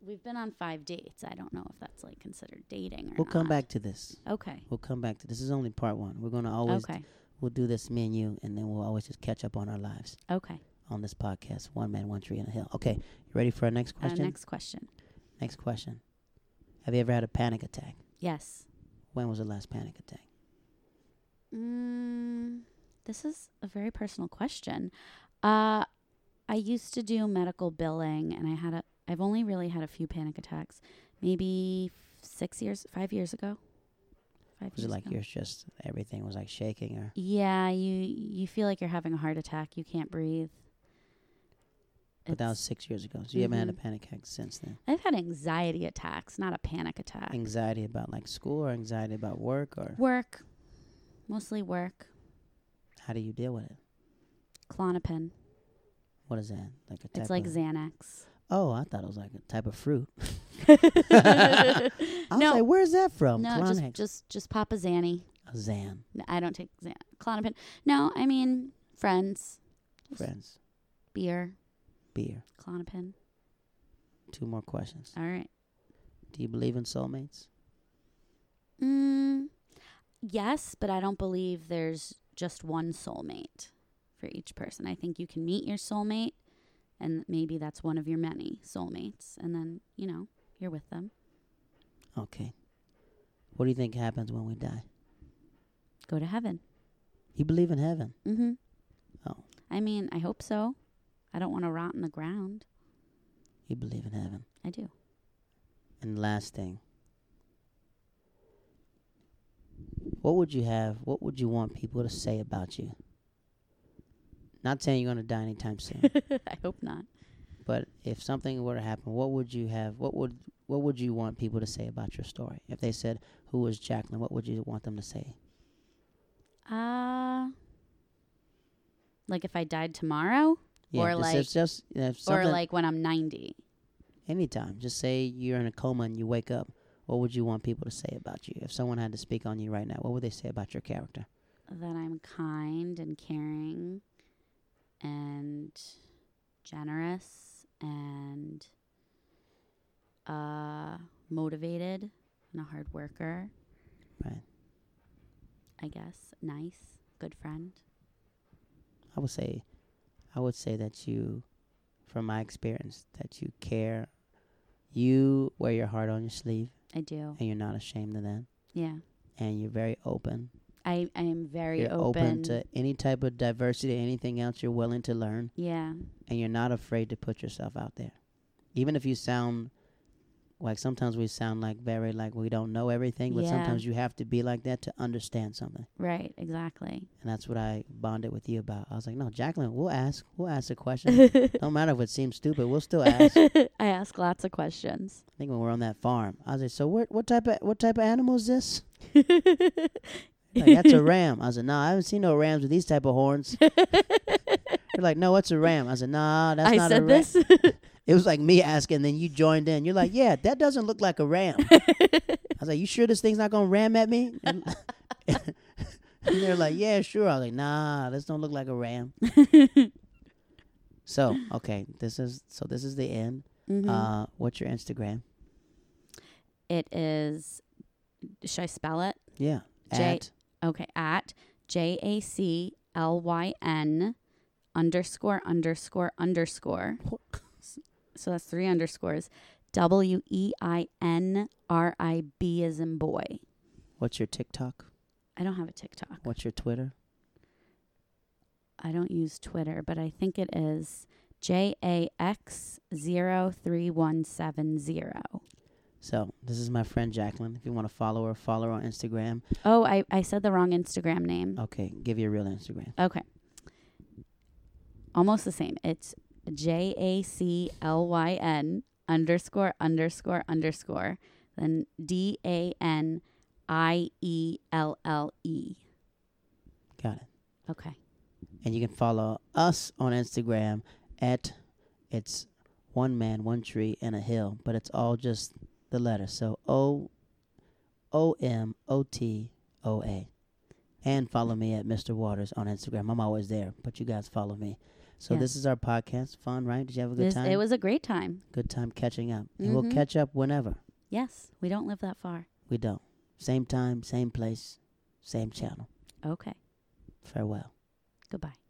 we've been on 5 dates. I don't know if that's like considered dating or
We'll come
not.
back to this.
Okay.
We'll come back to this. is only part one. We're gonna always,
okay.
we'll do this, me and you, and then we'll always just catch up on our lives
Okay.
on this podcast. One man, one tree, and a hill. Okay. You ready for our next
Uh,
question?
next question.
Next question. Have you ever had a panic attack?
Yes.
When was the last panic attack?
Mm, this is a very personal question. Uh, I used to do medical billing, and I had a. I've only really had a few panic attacks, maybe f- six years, five years ago. Five
Was it like
ago.
yours just everything was like shaking or
Yeah, you you feel like you're having a heart attack. You can't breathe.
but that was
It's-
six years ago. So you haven't had a
Mhm.
panic attack since then.
I've had anxiety attacks, not a panic attack.
Anxiety about like school or anxiety about work or
work, mostly work.
how do you deal with it?
Clonopin.
What is that? Like a type
It's like
of,
Xanax.
Oh, I thought it was like a type of fruit.
no,
I was like, where's that from?
no, just
Klonopin.
just just Papa Zanny.
A Zan,
N- I don't take Xan- Clonopin. No, I mean friends, Just-
friends,
beer,
beer.
Clonopin.
Two more questions.
All right.
Do you believe in soulmates?
Mm, yes, but I don't believe there's just one soulmate for each person. I think you can meet your soulmate, and maybe that's one of your many soulmates, and then you know you're with them.
Okay. What do you think happens when we die?
Go to heaven.
You believe in heaven.
Mm-hmm.
Oh.
I mean, I hope so. I don't want to rot in the ground.
You believe in heaven.
I do.
And last thing. What would you have? What would you want people to say about you? Not saying you're going to die anytime soon,
I hope not.
but if something were to happen, what would you have? What would what would you want people to say about your story? If they said, "Who was Jacqueline?" What would you want them to say?
Uh like if I died tomorrow Or
just- it's just yeah, if
or
something-
like when I'm 90.
anytime. Just say you're in a coma and you wake up. What would you want people to say about you? If someone had to speak on you right now, what would they say about your character?
That I'm kind and caring and generous and uh motivated and a hard worker.
Right.
I guess nice, good friend.
I would say, I would say that you, from my experience, that you care. You wear your heart on your sleeve,
I do.
and you're not ashamed of that.
Yeah.
And you're very open.
I I am very
you're
open
to any type of diversity, anything else you're willing to learn.
Yeah.
and you're not afraid to put yourself out there. Even if you sound like sometimes we sound like very like we don't know everything, but
Yeah.
sometimes you have to be like that to understand something.
Right, exactly.
And that's what I bonded with you about. I was like, no, Jacqueline, we'll ask. We'll ask a question. no matter if it seems stupid, we'll still ask. I
I ask lots of questions.
think when we're on that farm, I was like, so what what type of what type of animal is this? Like, that's a ram. I said, no, nah, I haven't seen no rams with these type of horns. They're like, no, what's a ram? I said, nah, that's
I
not a
said
ram.
this.
It was like me asking, then you joined in. You're like, yeah, that doesn't look like a ram. I
Mm-hmm.
was like, you sure this thing's not gonna ram at me? And, and they're like, yeah, sure. I was like, nah, this don't look like a ram. so okay, this is so this is the end.
Mhm.
Uh, what's your Instagram?
it is. Should I spell it?
Yeah,
J-
at
Okay, at J A C L Y N underscore underscore underscore. S- So that's three underscores. W E I N R I B as in boy.
what's your TikTok?
I don't have a TikTok.
What's your Twitter?
I don't use Twitter, but I think it is J A X zero three one seven zero.
So this is my friend Jacqueline. If you want to follow her, follow her on Instagram.
Oh, I, I said the wrong Instagram name.
Okay, give your real Instagram.
Okay. Almost the same. It's J A C L Y N underscore underscore underscore then D A N I E L L E.
Got it.
Okay.
And you can follow us on Instagram at it's one man, one tree, and a hill, but it's all just the letter. So O O M O T O A. And follow me at Mr. Waters on Instagram. I'm always there, but you guys follow me. So
Yeah.
this is our podcast. Fun, right? Did you have a good
This,
time?
it was a great time.
good time catching up. And we'll
Mhm.
catch up whenever.
Yes. We don't live that far.
We don't. Same time, same place, same channel.
Okay.
Farewell.
Goodbye.